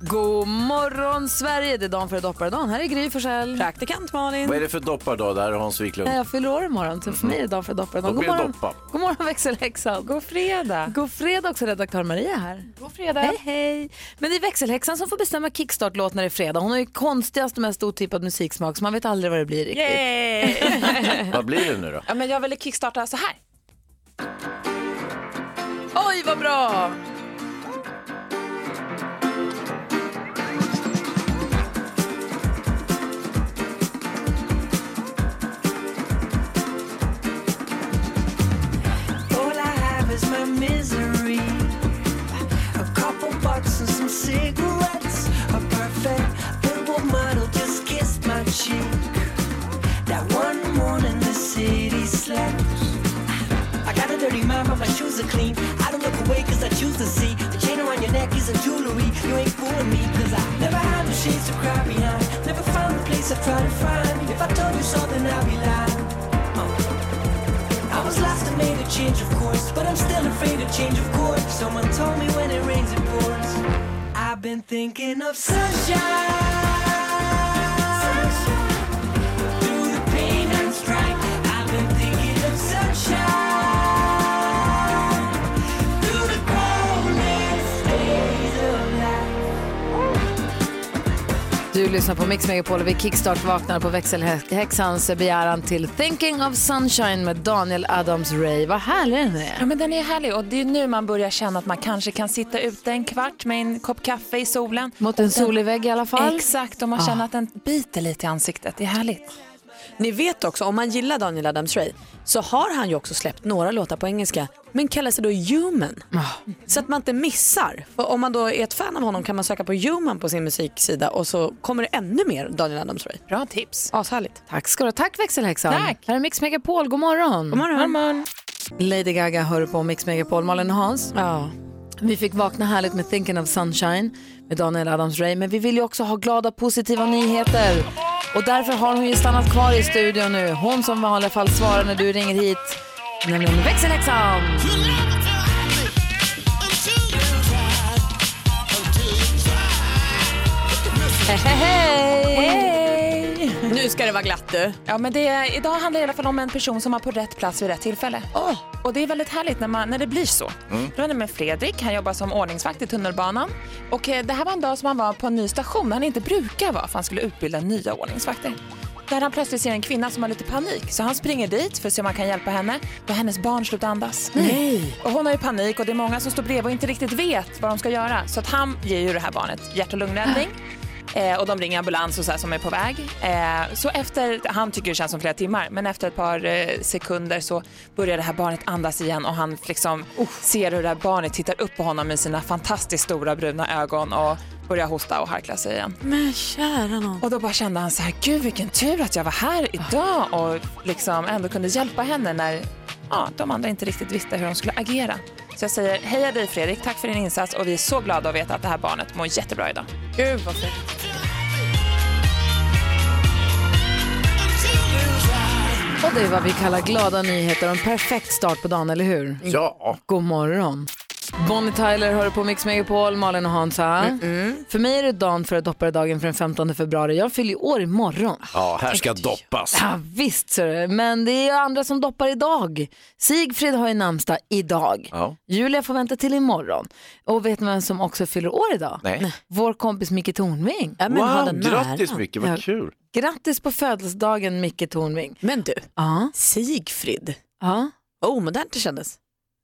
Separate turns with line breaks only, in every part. God morgon Sverige, det är dagen före dopparedagen. Här är Gry Forssell. Praktikant Malin.
Vad är det för doppardag där Hans Wiklund?
Nej, Jag fyller år imorgon, så för mig är det dagen före dopparedagen.
Då
God
blir det
morgon,
doppa.
God morgon växelhäxan. God fredag. God fredag också redaktör Maria här. God fredag. Hej hej. Men det är växelhäxan som får bestämma kickstart-låt när det är fredag. Hon har ju konstigast och mest otippad musiksmak så man vet aldrig vad det blir riktigt.
Vad blir det nu då?
ja, men jag ville kickstarta så här.
Oj vad bra!
All I have is my misery. A couple bucks and some cigarettes. A perfect billboard model just kissed my cheek. That one morning the city slept. I got a dirty mind, but my shoes are clean. I don't look away cause I choose to see. The chain around your neck isn't jewelry. You ain't fooling me cause I never had the shades to cry behind. Never found the place I tried to find. If I told you something, I'd be lying. I was lost and made a change of course, but I'm still afraid to change of course. Someone told me when it rains it pours. I've been thinking of sunshine. Through the pain and strife, I've been thinking of sunshine. Through the coldest days of life.
Du lyssnar på Mix Megapol och vi kickstart vaknar på växelhäxans begäran till Thinking of Sunshine med Daniel Adams-Ray. Vad härlig den
Ja,
är.
men den är härlig och det är nu man börjar känna att man kanske kan sitta ute en kvart med en kopp kaffe i solen.
Mot en solig vägg i alla fall.
Exakt, och
Ah.
man känner att den biter lite i ansiktet. Det är härligt.
Ni vet också, om man gillar Daniel Adams-Ray så har han ju också släppt några låtar på engelska men kallar sig då Human.
Ah.
Så att man inte missar. För om man då är ett fan av honom kan man söka på Human på sin musiksida och så kommer det ännu mer Daniel Adams-Ray.
Bra tips.
Ashärligt.
Tack ska du ha. Tack växelhäxan.
Tack.
Här är Mix Megapol. God morgon.
God morgon.
Lady Gaga hör på Mix Megapol. Malin och Hans.
Ja.
Vi fick vakna härligt med Thinking of Sunshine med Daniel Adams-Ray. Men vi vill ju också ha glada, positiva nyheter. Och därför har hon ju stannat kvar i studion nu. Hon som i alla fall svarar när du ringer hit. Nämligen växelhäxan. Hej! Hej!
Nu ska det vara glatt du.
Ja, men det är, idag handlar det i alla fall om en person som var på rätt plats vid rätt tillfälle.
Ah.
Och det är väldigt härligt när, man, när det blir så.
Mm.
Det var nämligen Fredrik, han jobbar som ordningsvakt i tunnelbanan. Och eh, det här var en dag som han var på en ny station där han inte brukar vara för han skulle utbilda nya ordningsvakter. Där han plötsligt ser en kvinna som har lite panik så han springer dit för att se om han kan hjälpa henne. Då hennes barn slutar andas. Nej. Och hon har ju panik och det är många som står bredvid och inte riktigt vet vad de ska göra. Så att han ger ju det här barnet hjärt och lungräddning. Eh, och de ringer ambulans och så här som är på väg. Eh, så efter, han tycker det känns som flera timmar, men efter ett par eh, sekunder så börjar det här barnet andas igen och han liksom ser hur det här barnet tittar upp på honom med sina fantastiskt stora bruna ögon och börjar hosta och harkla sig igen.
Men kära nån.
Och då bara kände han så här, gud vilken tur att jag var här idag och liksom ändå kunde hjälpa henne när ja, de andra inte riktigt visste hur de skulle agera. Så jag säger, heja dig Fredrik, tack för din insats och vi är så glada att veta att det här barnet mår jättebra idag.
Gud vad fint.
Och det är vad vi kallar glada nyheter och en perfekt start på dagen, eller hur?
Ja,
God morgon. Bonnie Tyler hör på Mix Megapol, Malin och Hans här. För mig är det dagen före dopparedagen för den 15 februari. Jag fyller ju år imorgon.
ja här ska doppas.
Ja, visst ser du. Men det är ju andra som doppar idag. Sigfrid har ju namnsdag idag.
Ja.
Julia får vänta till imorgon. Och vet ni vem som också fyller år idag?
Nej.
Vår kompis Micke Tornving.
Ja, men ha
Wow,
den
grattis
nära.
Micke,
Ja.
vad kul.
Grattis på födelsedagen Micke Tornving.
Men du,
Ja,
Sigfrid.
ja.
Omodernt det kändes.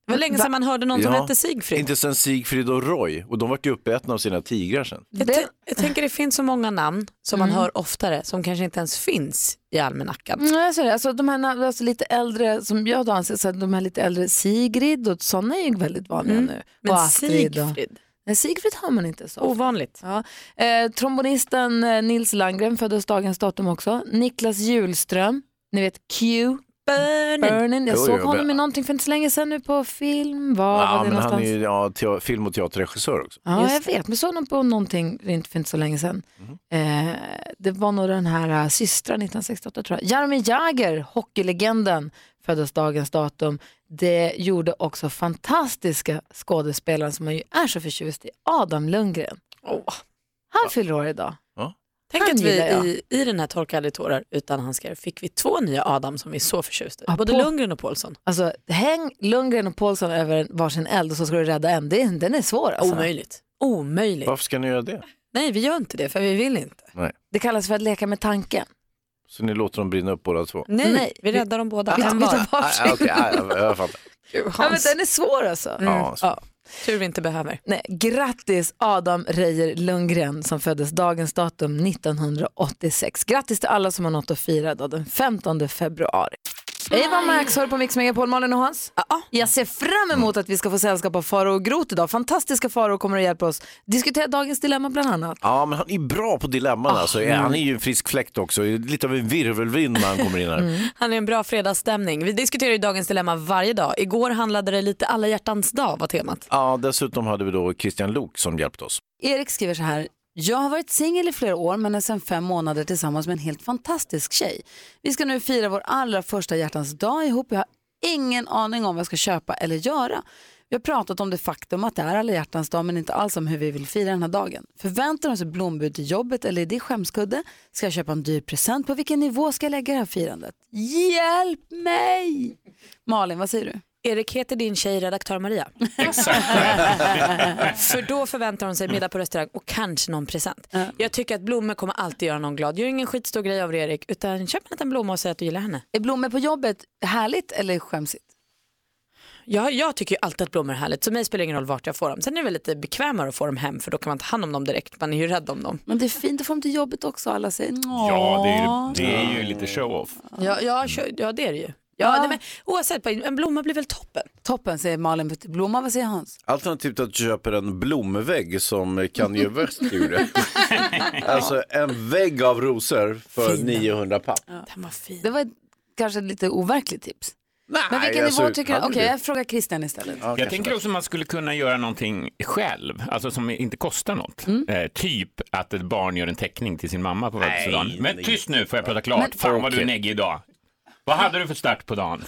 Det var länge sedan man hörde någon som
Ja.
hette Sigfrid.
Inte sen Sigfrid och Roy och de vart ju uppätna av sina tigrar sen.
Jag, tän- jag tänker det finns så många namn som
Mm.
man hör oftare som kanske inte ens finns i almanackan.
Nej, så är det. Alltså, de här na- alltså, lite äldre, som jag då anser, så här, de här lite äldre, Sigrid och sådana är ju väldigt vanliga nu.
Men
och Astrid. Och,
Sigfrid.
Nej, Mm. Sigfrid hör man inte så.
Ovanligt.
Ja. Eh, trombonisten eh, Nils Landgren föddes dagens datum också. Niklas Julström, ni vet Q. Burning. Jag
Jo,
såg
jo,
honom
men-
i någonting för inte så länge sedan nu på film. Var
Ja,
var det
men han
någonstans?
är ju ja, te- film och teaterregissör också.
Ja, jag vet. Men såg honom på någonting för inte- för inte så länge sedan. Eh, det var nog den här uh, systrar 1968 tror jag. Jaromir Jagr, hockeylegenden, föddes dagens datum. Det gjorde också fantastiska skådespelaren som man ju är så förtjust i, Adam Lundgren. Han fyller år idag.
Tänk
Han
att vi
gillar jag.
i, i den här Torka aldrig tårar utan handskar fick vi två nya Adam som vi är så förtjusta i.
Ja,
Både
på-
Lundgren och Paulsson.
Alltså, häng Lundgren och Paulsson över varsin eld och så ska du rädda en. Det, den är svår alltså.
Omöjligt. Omöjligt.
Varför ska ni göra det?
Nej, vi gör inte det för vi vill inte.
Det kallas för att leka med tanken.
Så ni låter dem brinna upp båda två?
Nej,
Nej,
Mm. vi räddar dem båda.
Vi tar,
En
vi
var.
tar
Ah,
varsin.
ah, okej, ah, jag, jag fattar.
Ja, men den är svår alltså.
Ja, så.
Ja, tur vi inte behöver.
Nej, grattis Adam Reijer Lundgren som föddes dagens datum 1986. Grattis till alla som har något att fira då, den 15 februari. Eva Max hör på Mix Megapol, Malin och Hans. Jag ser fram emot att vi ska få sällskap av Faro och Groth idag. Fantastiska Faro kommer att hjälpa oss diskutera dagens dilemma bland annat.
ja, men han är bra på dilemman alltså. Han är ju en frisk fläkt också. Lite av en virvelvind när han kommer in här.
Han är en bra fredagsstämning. Vi diskuterar ju dagens dilemma varje dag. Igår handlade det lite alla hjärtans dag var temat.
Ja, dessutom hade vi då Christian Lok som hjälpte oss.
Erik skriver så här. Jag har varit singel i flera år men är sedan fem månader tillsammans med en helt fantastisk tjej. Vi ska nu fira vår allra första hjärtans dag ihop. Jag har ingen aning om vad jag ska köpa eller göra. Vi har pratat om det faktum att det är alla hjärtans dag men inte alls om hur vi vill fira den här dagen. Förväntar de sig blombud till jobbet eller är det skämskudde? Ska jag köpa en dyr present? På vilken nivå ska jag lägga det här firandet? Hjälp mig! Malin, vad säger du?
Erik, heter din tjej redaktör Maria? Exakt. För då förväntar hon sig middag på restaurang och kanske någon present. Jag tycker att blommor kommer alltid göra någon glad. Gör ingen skitstor grej av det Erik, utan köp en liten blomma och säg att du gillar henne.
Är blommor på jobbet härligt eller skämsigt?
Jag, jag tycker ju alltid att blommor är härligt, så mig spelar det ingen roll vart jag får dem. Sen är det väl lite bekvämare att få dem hem för då kan man ta hand om dem direkt. Man är ju rädd om dem.
Men det är fint att få dem till jobbet också. Alla säger "Åh."
Ja, det är, ju, det är ju lite show-off.
Ja, ja, kö- ja det är det ju. Ja, Nej, men, oavsett, en blomma blir väl toppen.
Toppen säger Malin Blomma, vad säger Hans?
Alternativt att du köper en blomvägg som Kanye West gjorde. alltså en vägg av rosor för 900 papp.
Den var fin.
Det var ett, kanske ett lite overkligt tips. Men vilken
alltså,
alltså,
nivå tycker du? Okej, jag frågar Christian istället.
Jag tänker också att man skulle kunna göra någonting själv, alltså som inte kostar något. Eh, typ att ett barn gör en teckning till sin mamma på födelsedagen. Men tyst nu, får jag prata klart. Fan vad du är neggig idag. Vad hade du för start på dagen?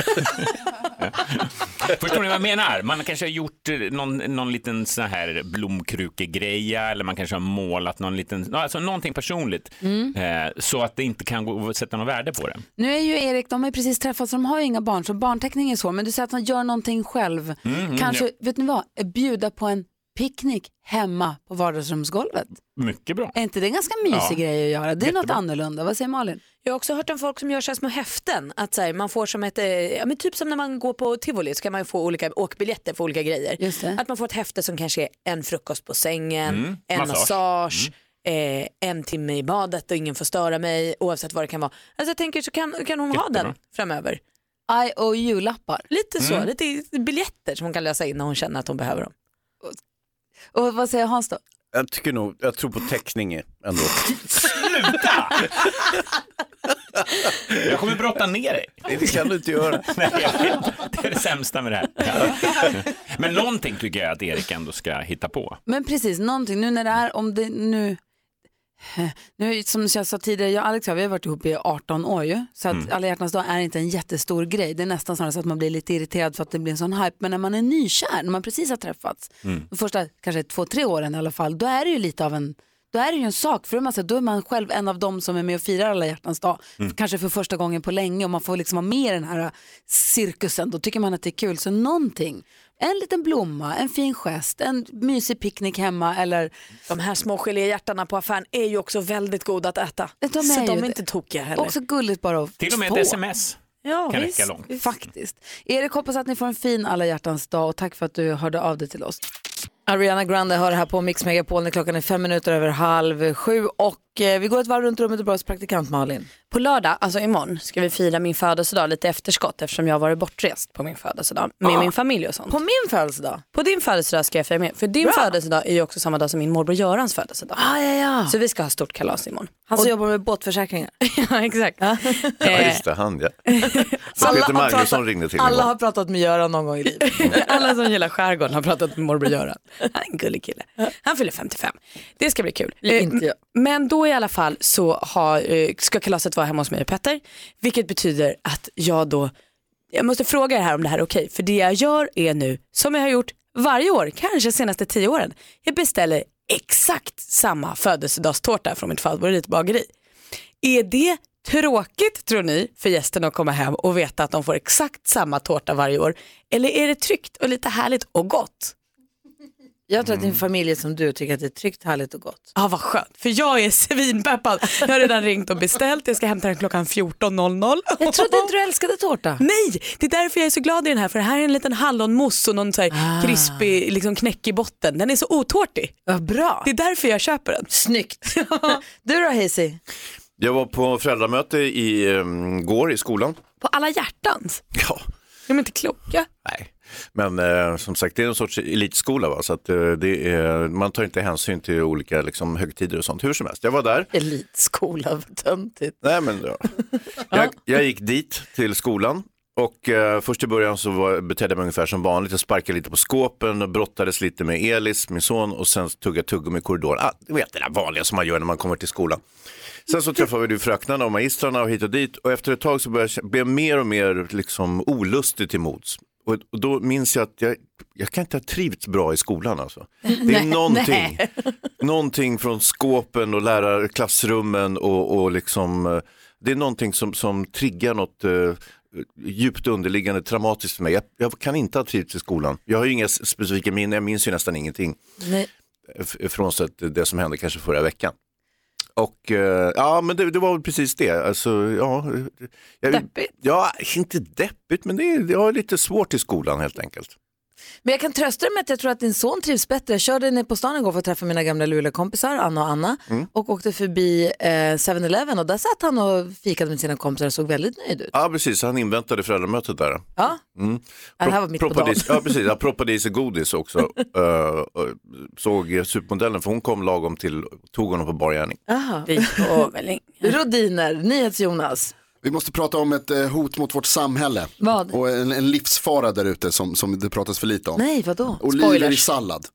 Förstår ni vad jag menar? Man kanske har gjort eh, någon, någon liten sån här blomkrukegreja eller man kanske har målat någon liten, alltså någonting personligt eh, så att det inte kan gå att sätta något värde på det.
Nu är ju Erik, de har ju precis träffats, de har ju inga barn, så barnteckning är så. Men du säger att han gör någonting själv.
Mm,
kanske, vet ni vad, bjuda på en picknick hemma på vardagsrumsgolvet.
Mycket bra.
Är inte det en ganska mysig
Ja.
grej att göra? Det är något annorlunda. Vad säger Malin?
Jag har också hört om folk som gör så här små häften. Att så här, man får som ett, eh, ja, men typ som när man går på tivoli så kan man ju få olika åkbiljetter för olika grejer.
Just det.
Att man får ett häfte som kanske är en frukost på sängen,
Mm,
en massage,
massage. Mm.
eh, en timme i badet och ingen får störa mig oavsett vad det kan vara. Alltså jag tänker så kan, kan hon ha
Jättebra. Mm.
den framöver.
IOU-lappar.
Lite så, lite biljetter som hon kan lösa in när hon känner att hon behöver dem.
Och vad säger Hans då?
Jag tycker nog, jag tror på teckning ändå.
Jag kommer brotta ner dig.
Det kan du inte göra.
Nej, jag vet. Det är det sämsta med det här. Ja. Men någonting tycker jag att Erik ändå ska hitta på.
Men precis, någonting. Nu när det är, om det nu... Nu, som jag sa tidigare, jag och Alex har, vi har varit ihop i 18 år ju. Så att alla hjärtans dag är inte en jättestor grej. Det är nästan snarare så att man blir lite irriterad för att det blir en sån hype. Men när man är nykär, när man precis har träffats, de första kanske två, tre åren i alla fall, då är det ju lite av en då är det ju en sak, för då är man, så här, då är man själv en av dem som är med och firar alla hjärtans dag. Kanske för första gången på länge och man får liksom vara med i den här cirkusen. Då tycker man att det är kul. Så någonting, en liten blomma, en fin gest, en mysig picknick hemma eller
De här små geléhjärtarna på affären är ju också väldigt goda att äta.
De är
så
ju
de är
det.
inte tokiga heller.
också gulligt bara att
Till och med
få.
ett sms
ja,
kan
visst.
räcka långt.
Faktiskt. Erik, hoppas att ni får en fin alla hjärtans dag och tack för att du hörde av dig till oss.
Ariana Grande hör här på Mix Megapol när klockan är fem minuter över halv sju och och eh, vi går ett varv runt rummet och börjar hos praktikant Malin.
På lördag, alltså imorgon, ska vi fira min födelsedag lite efterskott eftersom jag har varit bortrest på min födelsedag med
Ah.
min familj och sånt.
På min födelsedag?
På din födelsedag ska jag fira med, för din födelsedag är ju också samma dag som min morbror Görans födelsedag.
Ah, ja, ja.
Så vi ska ha stort kalas imorgon.
Han som jobbar med båtförsäkringar.
ja, exakt.
Ja,
Eh,
just det, han ja. Som Peter
har
Magnusson
pratat-
ringde till
alla
igår.
har pratat med Göran någon gång i livet.
Alla som gillar skärgården har pratat med morbror Göran. Han är en gullig kille. Han fyller 55. Det ska bli kul. Eh,
inte jag.
Men då i alla fall så har, eh, ska kalaset vara hemma hos mig och Petter. Vilket betyder att jag då, jag måste fråga er här om det här är okej. För det jag gör är nu, som jag har gjort varje år, kanske senaste tio åren. Jag beställer exakt samma födelsedagstårta från mitt favoritbageri. Är det tråkigt tror ni för gästerna att komma hem och veta att de får exakt samma tårta varje år? Eller är det tryggt och lite härligt och gott?
Jag tror att din familj är som du tycker att det är tryggt, härligt och gott.
Ja, ah, vad skönt, för jag är svinpeppad. Jag har redan ringt och beställt, jag ska hämta den klockan 14.00.
Jag trodde inte du älskade tårta.
Nej, det är därför jag är så glad i den här, för det här är en liten hallonmousse och någon så
Ah.
här krispig liksom knäck i botten. Den är så otårtig.
Vad bra.
Det är därför jag köper den.
Snyggt. du då Hazy?
Jag var på föräldramöte i, um, går i skolan.
På alla hjärtans.
Ja,
De är inte kloka.
nej. Men eh, som sagt, det är en sorts elitskola, va? så att, eh, det är, man tar inte hänsyn till olika liksom, högtider och sånt. Hur som helst, jag var där.
Elitskola, vad töntigt.
Nej, men, ja. jag, jag gick dit till skolan och eh, först i början så var, betedde jag mig ungefär som vanligt. Jag sparkade lite på skåpen och brottades lite med Elis, min son, och sen tuggade jag tuggummi i korridoren. Ah, du vet det där vanliga som man gör när man kommer till skolan. Sen så träffade vi fröknarna och magistrarna och hit och dit och efter ett tag så började jag, kä- blev jag mer och mer liksom olustig till mods. Och, och då minns jag att jag, jag kan inte ha trivts bra i skolan alltså. Det är någonting, någonting från skåpen och lärar, klassrummen och, och liksom, eh, det är någonting som, som triggar något eh, djupt underliggande traumatiskt för mig. Jag, jag kan inte ha trivts i skolan. Jag har ju inga s- specifika minnen, jag minns ju nästan ingenting.
Nej.
F- Frånsett det som hände kanske förra veckan. Och eh, ja, men det, det var väl precis det. Alltså, ja, jag,
Deppigt.
Ja, inte deppigt, men det är, jag har lite svårt i skolan helt enkelt.
Men jag kan trösta dig med att jag tror att din son trivs bättre. Jag körde ner på stan igår för att träffa mina gamla Luleåkompisar, Anna och Anna, och åkte förbi eh, 7-Eleven och där satt han och fikade med sina kompisar och såg väldigt nöjd ut.
Ja, precis, han inväntade föräldramötet där.
Ja,
Mm.
Ja, det
Pro-
här var mitt på
proppade
dagen.
i- Ja, precis. Jag proppade i sig godis också. Eh, och såg supermodellen, för hon kom lagom till, tog honom på bar gärning.
Aha.
Det går väl ingen.
Rodiner, NyhetsJonas.
Vi måste prata om ett eh, hot mot vårt samhälle.
Vad?
Och en, en livsfara där ute som, som det pratas för lite om.
Nej, vadå?
Oliver i
Spoilers.
sallad.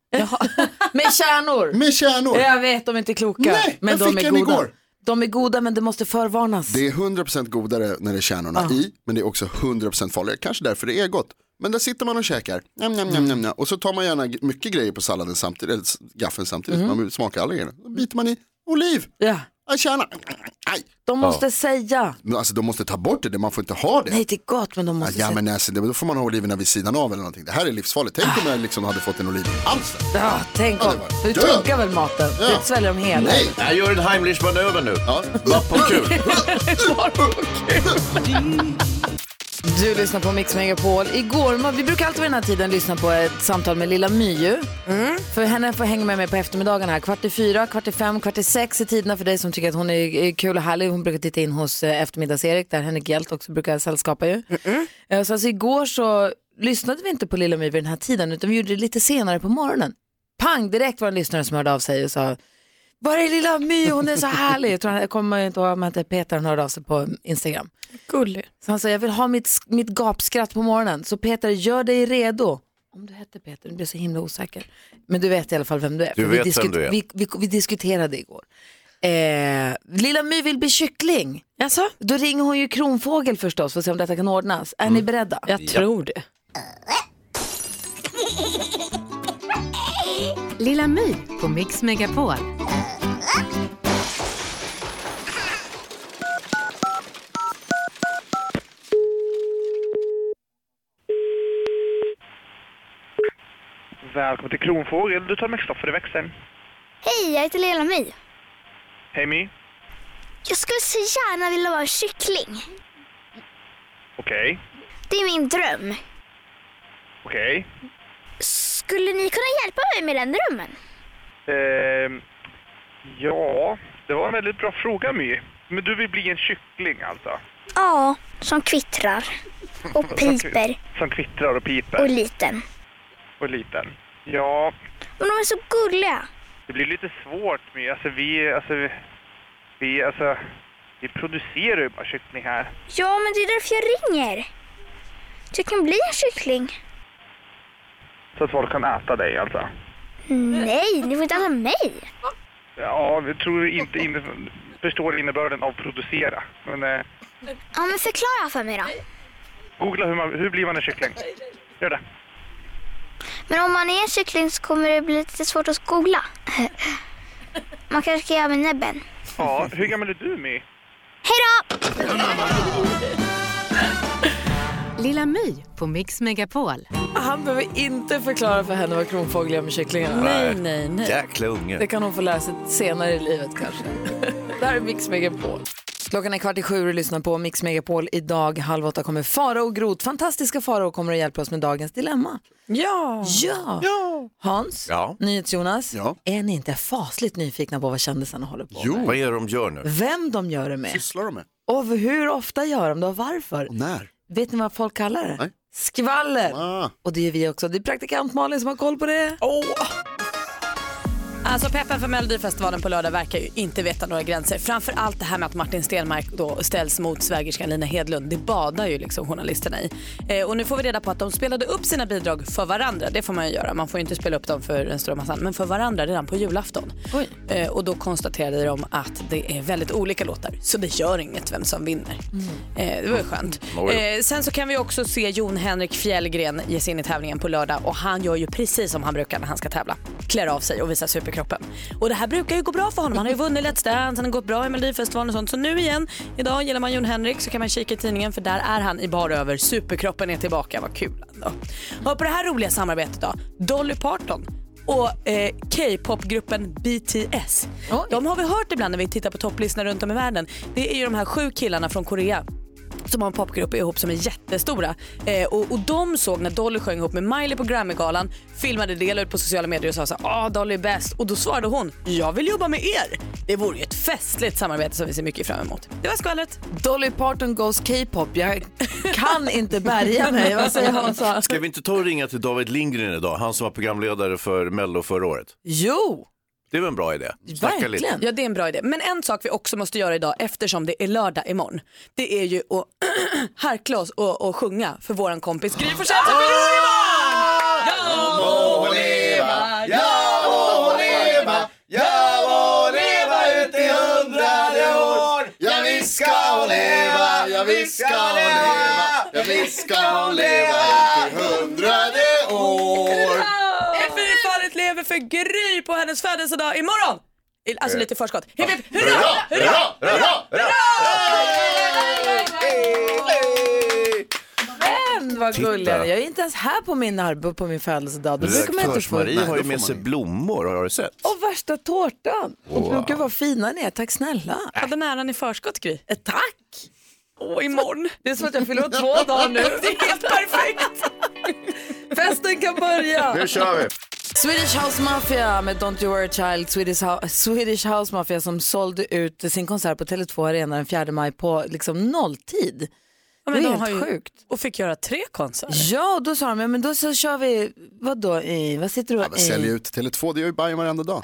Med kärnor.
Med kärnor.
Jag vet, de är inte kloka.
Nej,
men
jag
de
fick
är
en
goda.
igår.
De är goda men det måste förvarnas.
Det är 100% godare när det är kärnorna i, men det är också 100% farligare. Kanske därför det är gott. Men där sitter man och käkar, njam, njam,
Mm.
njam, njam, njam. och så tar man gärna g- mycket grejer på salladen samtidigt, eller s- gaffeln samtidigt, man smakar alla grejerna. Då biter man i, oliv,
Mm. Ja.
ah, kärna, aj.
De måste säga.
Men alltså de måste ta bort det, det- man får inte ha det.
Nej, det är gott men de
Ah,
måste
Ja
säga.
men alltså, det- då får man ha oliverna vid sidan av eller någonting. Det här är livsfarligt. Tänk om jag liksom hade fått en oliv i halsen.
Ja, tänk
Ja,
om.
det var-
Du
Ja.
tuggar väl maten?
Ja.
Du sväljer dem hela.
Nej!
Jag gör en Heimlich-manöver nu.
Ja.
Bara på kul.
Du lyssnar på Mix Megapol. Igår, man- vi brukar alltid vid den här tiden lyssna på ett samtal med lilla My. ju. För henne får hänga med mig på eftermiddagen här. Kvart i fyra, kvart i fem, kvart i sex är tiderna för dig som tycker att hon är är kul och härlig. Hon brukar titta in hos eh, eftermiddags-Erik där Henrik Hjelt också brukar sällskapa ju. Eh, Så alltså igår så lyssnade vi inte på lilla My vid den här tiden utan vi gjorde det lite senare på morgonen. Pang, direkt var det en lyssnare som hörde av sig och sa var är lilla My? Hon är så härlig. Jag, tror, han- jag kommer inte ihåg om han hette Peter, han hörde av sig på Instagram.
Gullig.
Så han sa, jag vill ha mitt, sk- mitt gapskratt på morgonen. Så Peter, gör dig redo. Om du hette Peter, nu blir jag så himla osäker. Men du vet i alla fall vem du är.
Du
för
vet
vi
vem du är.
Vi, vi, vi diskuterade igår. Eh, Lilla My vill bli kyckling.
Alltså,
Då ringer hon ju Kronfågel förstås för att se om detta kan ordnas. Är
Mm.
ni beredda?
jag tror det.
Lilla My på Mix Megapol.
Välkommen till Kronfågel, du tar med Kristoffer i växeln.
Hej, jag heter Lilla My.
Hej My.
Jag skulle så gärna vilja vara en kyckling.
Okej,
Det är min dröm.
okej.
Skulle ni kunna hjälpa mig med den drömmen?
Ehm, ja, det
Det var en väldigt bra fråga My. Men du vill bli en kyckling alltså?
Ja, som kvittrar. Och piper.
Som kvittrar och piper?
Och liten.
Och liten. Ja,
Men de är så gulliga.
det blir lite svårt My. Alltså vi, alltså vi, vi, alltså, vi producerar ju bara kyckling här.
Ja, men det är därför jag ringer. Du kan bli en kyckling.
Så att folk kan äta dig alltså?
Nej, ni får inte äta mig.
Ja, vi tror inte inne, förstår innebörden av producera. Men eh,
Ja, men förklara för mig då.
googla hur, man, hur blir man en kyckling. Gör det.
Men om man är en kyckling så kommer det bli lite svårt att googla. Man kanske ska göra med näbben.
Ja, hur gammal är du My?
Hej då!
Lilla My på Mix Megapol.
Han behöver inte förklara för henne vad kronfågel gör med kycklingarna. Nej, nej, nej.
Jäkla unge.
Det kan hon få lära sig senare i livet kanske. Där är Mix Megapol. Klockan är kvart i sju och lyssnar på Mix Megapol. Idag halv åtta kommer Farao Groth. Fantastiska Farao kommer att hjälpa oss med dagens dilemma.
Ja!
Ja! Hans,
Ja.
NyhetsJonas, är ni inte fasligt nyfikna på vad kändisarna håller på med?
Vad är det de gör nu?
Vem de gör det med?
Sysslar de med?
Och hur ofta gör de det och varför?
när?
Vet ni vad folk kallar det? Skvaller!
Ah.
Och det gör vi också. Det är praktikant Malin som har koll på det.
Alltså peppen för Melodifestivalen på lördag verkar ju inte veta några gränser. Framför allt det här med att Martin Stenmark då ställs mot svägerskan Lina Hedlund. Det badar ju liksom journalisterna i. Eh, och nu får vi reda på att de spelade upp sina bidrag för varandra. Det får man ju göra. Man får ju inte spela upp dem för den stora massan. Men för varandra redan på julafton. Eh, och då konstaterade de att det är väldigt olika låtar. Så det gör inget vem som vinner. Eh, det var ju skönt.
Oj.
Eh, sen så kan vi också se Jon Henrik Fjällgren ge sig in i tävlingen på lördag och han gör ju precis som han brukar när han ska tävla. Klär av sig och visar superkroppen. Och det här brukar ju gå bra för honom. Han har ju vunnit Let's Dance, han har gått bra i Melodifestivalen och sånt. Så nu igen, idag gillar man Jon Henrik så kan man kika i tidningen för där är han i bar över. Superkroppen är tillbaka, vad kul ändå. Och på det här roliga samarbetet då, Dolly Parton och eh, K-popgruppen BTS. De har vi hört ibland när vi tittar på topplistorna runt om i världen. Det är ju de här sju killarna från Korea som har en popgrupp ihop som är jättestora. Eh, och, och de såg när Dolly sjöng ihop med Miley på Grammygalan, filmade det, la ut på sociala medier och sa så här, ah Dolly är bäst. Och då svarade hon, jag vill jobba med er. Det vore ju ett festligt samarbete som vi ser mycket fram emot. Det var skvallret.
Dolly Parton goes K-pop. Jag kan inte bärga mig. Vad säger Hans?
Ska vi inte ta och ringa till David Lindgren idag? Han som var programledare för Mello förra året.
Jo!
Det är väl en bra idé? Snacka lite.
Ja, det är en bra idé. Men en sak vi också måste göra idag eftersom det är lördag imorgon. Det är ju att harkla oss och, och sjunga för våran kompis Gry Forssell som fyller år imorgon! Ja!
må leva, jag må leva, jag må leva ut i hundrade år. Ja visst ska hon leva, ja visst ska hon leva, ja visst ska hon leva ut i hundrade år.
Fyrafalet lever för Gry på hennes födelsedag imorgon! I- Alltså lite i förskott. Hipp, hipp, hurra!
Hurra, hurra, hurra!
Men vad
Titta.
gullig. Jag är inte ens här på min, arb- på min födelsedag. Det brukar man inte få.
Redaktörs-Marie har ju med sig blommor, har du sett?
Och värsta tårtan.
Wow.
Och gud vad fina ni är. Tack snälla.
Hade näran i förskott Gry.
Eh, Tack!
Och imorgon.
Det är som att jag fyller år två dagar nu.
Det är helt perfekt.
Festen kan börja.
Nu kör vi.
Swedish House Mafia med Don't You Worry Child. Swedish, Ho- Swedish House Mafia som sålde ut sin konsert på Tele2 Arena den 4 maj på liksom nolltid.
Ja,
det
men
är
de
helt
har ju-
sjukt.
Och fick göra tre konserter.
Ja, och då sa de, ja, men då så kör vi, vad då i, vad sitter du
Men sälj ut Tele2, det gör ju Bajen varenda dag.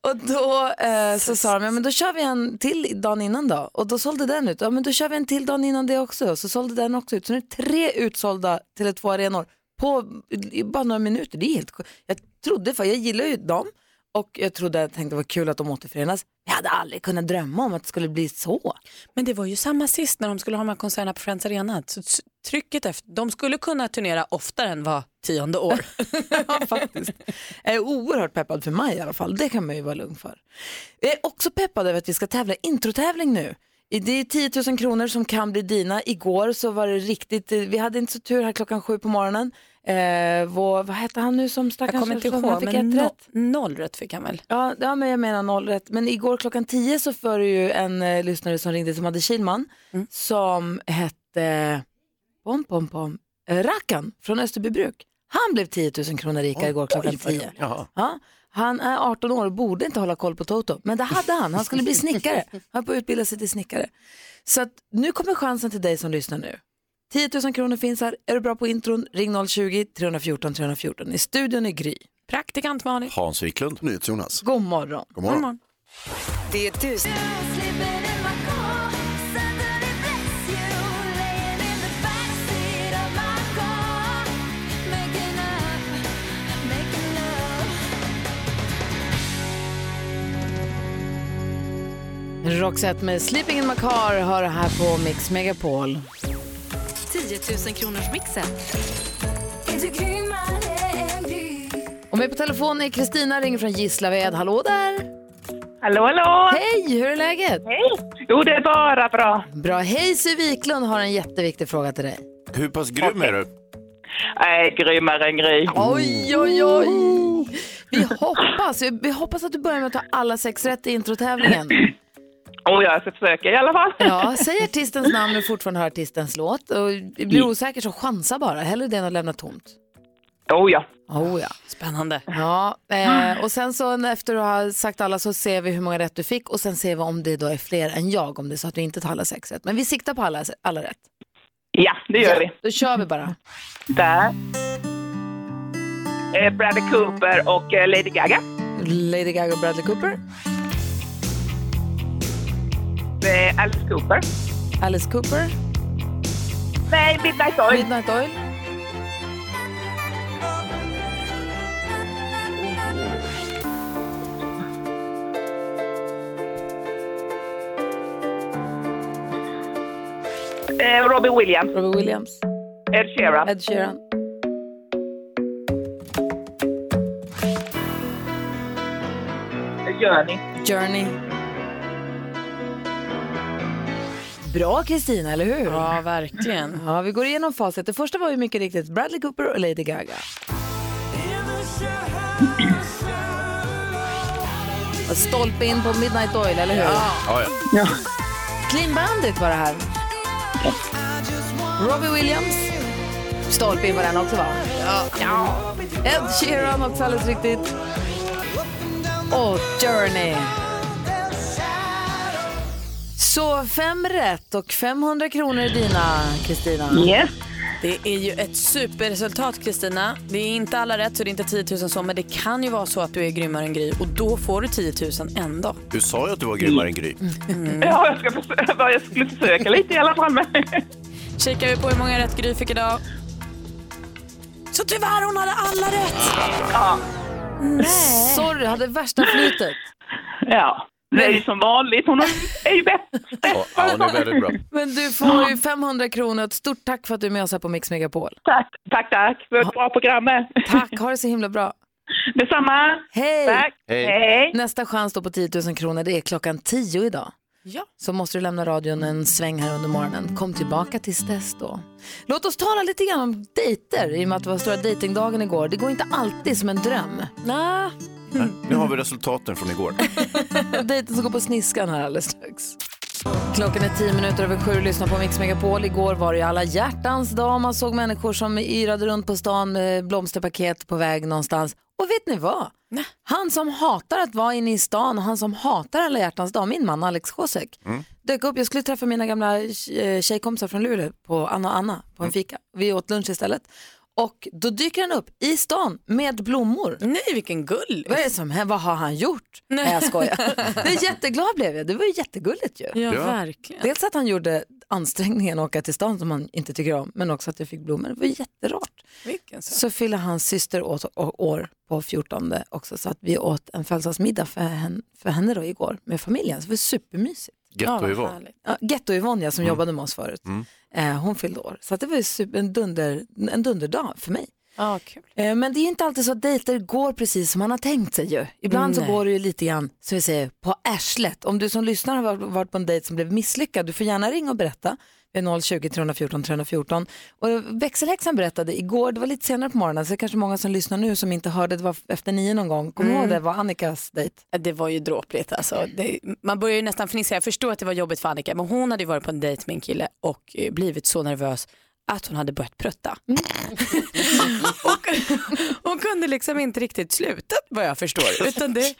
Och då eh, så sa de, ja, men då kör vi en till dagen innan då. Och då sålde den ut. Ja, men då kör vi en till dagen innan det också. Så sålde den också ut. Så nu är det tre utsålda Tele2 Arenor på i bara några minuter. Det är helt sjukt. Jag trodde, för jag gillar ju dem. Och jag trodde, jag tänkte det var kul att de återförenas. Jag hade aldrig kunnat drömma om att det skulle bli så.
Men det var ju samma sist när de skulle ha de här konserterna på Friends Arena. Så s- trycket efter, de skulle kunna turnera oftare än var tionde år.
Jag är oerhört peppad för maj i alla fall. Det kan man ju vara lugn för. Jag är också peppad över att vi ska tävla introtävling nu. I- Det är 10 000 kronor som kan bli dina. Igår så var det riktigt, eh, vi hade inte så tur här klockan sju på morgonen. Eh, vår, vad hette han nu som stackars?
Jag kommer inte
som
ihåg,
han fick
men
ett
no,
rätt?
noll rätt fick han väl?
Ja, ja, men jag menar noll rätt. Men igår klockan tio så var det ju en eh, lyssnare som ringde som hade Kilman som hette pom, pom, pom, eh, Rakan från Österbybruk. Han blev 10 000 kronor rikare igår klockan tio. Ja, Han är 18 år och borde inte hålla koll på Toto. Men det hade han. Han skulle bli snickare. Han höll på att utbilda sig till snickare. Så att, nu kommer chansen till dig som lyssnar nu. 10 000 kronor finns här. Är du bra på intron? Ring 020-314 314. I studion är Gry.
Praktikant Malin.
Hans Wiklund.
Jonas.
God morgon.
God morgon.
Det är du.
Roxette med Sleeping in my car hör här på Mix Megapol.
10 000 kronors mixen.
Och med på telefon är Kristina, ringer från Gislaved. Hallå där!
Hallå, hallå!
Hej, hur är läget?
Hej! Jo, det är bara bra.
Bra. Hej, Siw Wiklund har en jätteviktig fråga till dig.
Hur pass grym är du?
Nej, grymmare än Gry.
Oj, oj, oj! Vi hoppas, vi hoppas att du börjar med att ta alla sex rätt i introtävlingen.
Oh, jag ska försöka i alla fall.
Ja, säg artistens namn och fortfarande hör artistens låt. Och blir du osäker så chansa bara. Hellre det än att lämna tomt.
Oh ja.
Oh ja.
Spännande.
Ja, eh, och sen så efter du har sagt alla så ser vi hur många rätt du fick och sen ser vi om det då är fler än jag om det är så att du inte tar alla sex rätt. Men vi siktar på alla, alla rätt.
Ja, det gör vi.
Då kör vi bara.
Där. Eh, Bradley Cooper och eh, Lady Gaga.
Lady Gaga och Bradley Cooper.
Eh, Alice Cooper.
Alice Cooper.
Nej, Midnight Oil.
Midnight Oil.
Eh, Robbie Williams.
Robbie Williams.
Ed Sheeran.
Ed Sheeran.
Journey.
Journey. Bra Kristina, eller hur?
Ja, verkligen.
Ja, vi går igenom facit. Det första var ju mycket riktigt Bradley Cooper och Lady Gaga. Och Stolpe in på Midnight Oil, eller hur?
Ja, ja.
Clean Bandit var det här. Robbie Williams. Stolpe in på den också va? Ja. Ed Sheeran också alldeles riktigt. Och Journey. Så fem rätt och 500 kronor är dina, Kristina.
Yes.
Det är ju ett superresultat Kristina. Det är inte alla rätt så det är inte 10 000 så men det kan ju vara så att du är grymmare än Gry och då får du 10 000 ändå.
Du sa ju att du var grymmare än Gry.
Mm.
Ja, jag, ska försöka, jag skulle försöka lite i alla fall. Men...
Kikar vi på hur många rätt Gry fick idag. Så tyvärr, hon hade alla rätt!
Ja. Eh.
Nej. Sorry, hade värsta flytet.
ja. Det är ju som vanligt. Hon är ju bäst.
Ja, ja, det är väldigt bra.
Men du får ju 500 kronor. Ett stort tack för att du är med oss här på Mix Megapol.
Tack, tack, tack för ett bra program.
Tack, ha det så himla bra.
Detsamma.
Hej!
Tack. Hej.
Nästa chans då på 10 000 kronor, det är klockan 10 idag.
Ja.
Så måste du lämna radion en sväng här under morgonen. Kom tillbaka tills dess då. Låt oss tala lite grann om dejter, i och med att det var stora dejtingdagen igår. Det går inte alltid som en dröm.
Nej.
Nej, Nu har vi resultaten från igår.
Mm.
Dejten som går på sniskan här alldeles strax. Klockan är tio minuter över sju och lyssnar på Mix Megapol. Igår var det ju alla hjärtans dag. Man såg människor som yrade runt på stan med blomsterpaket på väg någonstans. Och vet ni vad? Han som hatar att vara inne i stan och han som hatar alla hjärtans dag, min man Alex Kosek, dök upp. Jag skulle träffa mina gamla eh, tjejkompisar från Luleå på Anna och Anna på en fika. Vi åt lunch istället. Och då dyker han upp i stan med blommor.
Nej, vilken gull.
Vad är det som händer? Vad har han gjort? Nej, jag skojar. Nej, jätteglad blev jag. Det var ju jättegulligt ju.
Ja, verkligen.
Dels att han gjorde ansträngningen att åka till stan som han inte tycker om, men också att jag fick blommor. Det var jätterart.
Vilken
Så fyller hans syster åt, å- år på 14 också, så att vi åt en födelsedagsmiddag för henne, för henne då igår med familjen. Så det var supermysigt.
Ghetto
vad
Yvonne.
härligt. Ja, Ghetto Yvonne, ja, som jobbade med oss förut.
Mm.
Eh, hon fyllde år. Så att det var ju super, en, dunder, en dunderdag för mig.
Ja, kul.
Eh, Men det är ju inte alltid så att dejter går precis som man har tänkt sig ju. Ibland
Nej.
så går det ju lite grann, som vi säger, på ärslet. Om du som lyssnar har varit- varit på en dejt som blev misslyckad, du får gärna ringa och berätta. Vi har 020 314 314. Och växelhäxan berättade igår, det var lite senare på morgonen, så det är kanske många som lyssnar nu som inte hörde, det var efter nio någon gång. Kommer du
Mm.
ihåg det? var Annikas dejt.
Äh, Det var ju dråpligt alltså. Det, man börjar ju nästan fnissa. Jag förstår att det var jobbigt för Annika men hon hade ju varit på en dejt med en kille och eh, blivit så nervös att hon hade börjat prutta. och, hon kunde liksom inte riktigt sluta vad jag förstår. Utan det,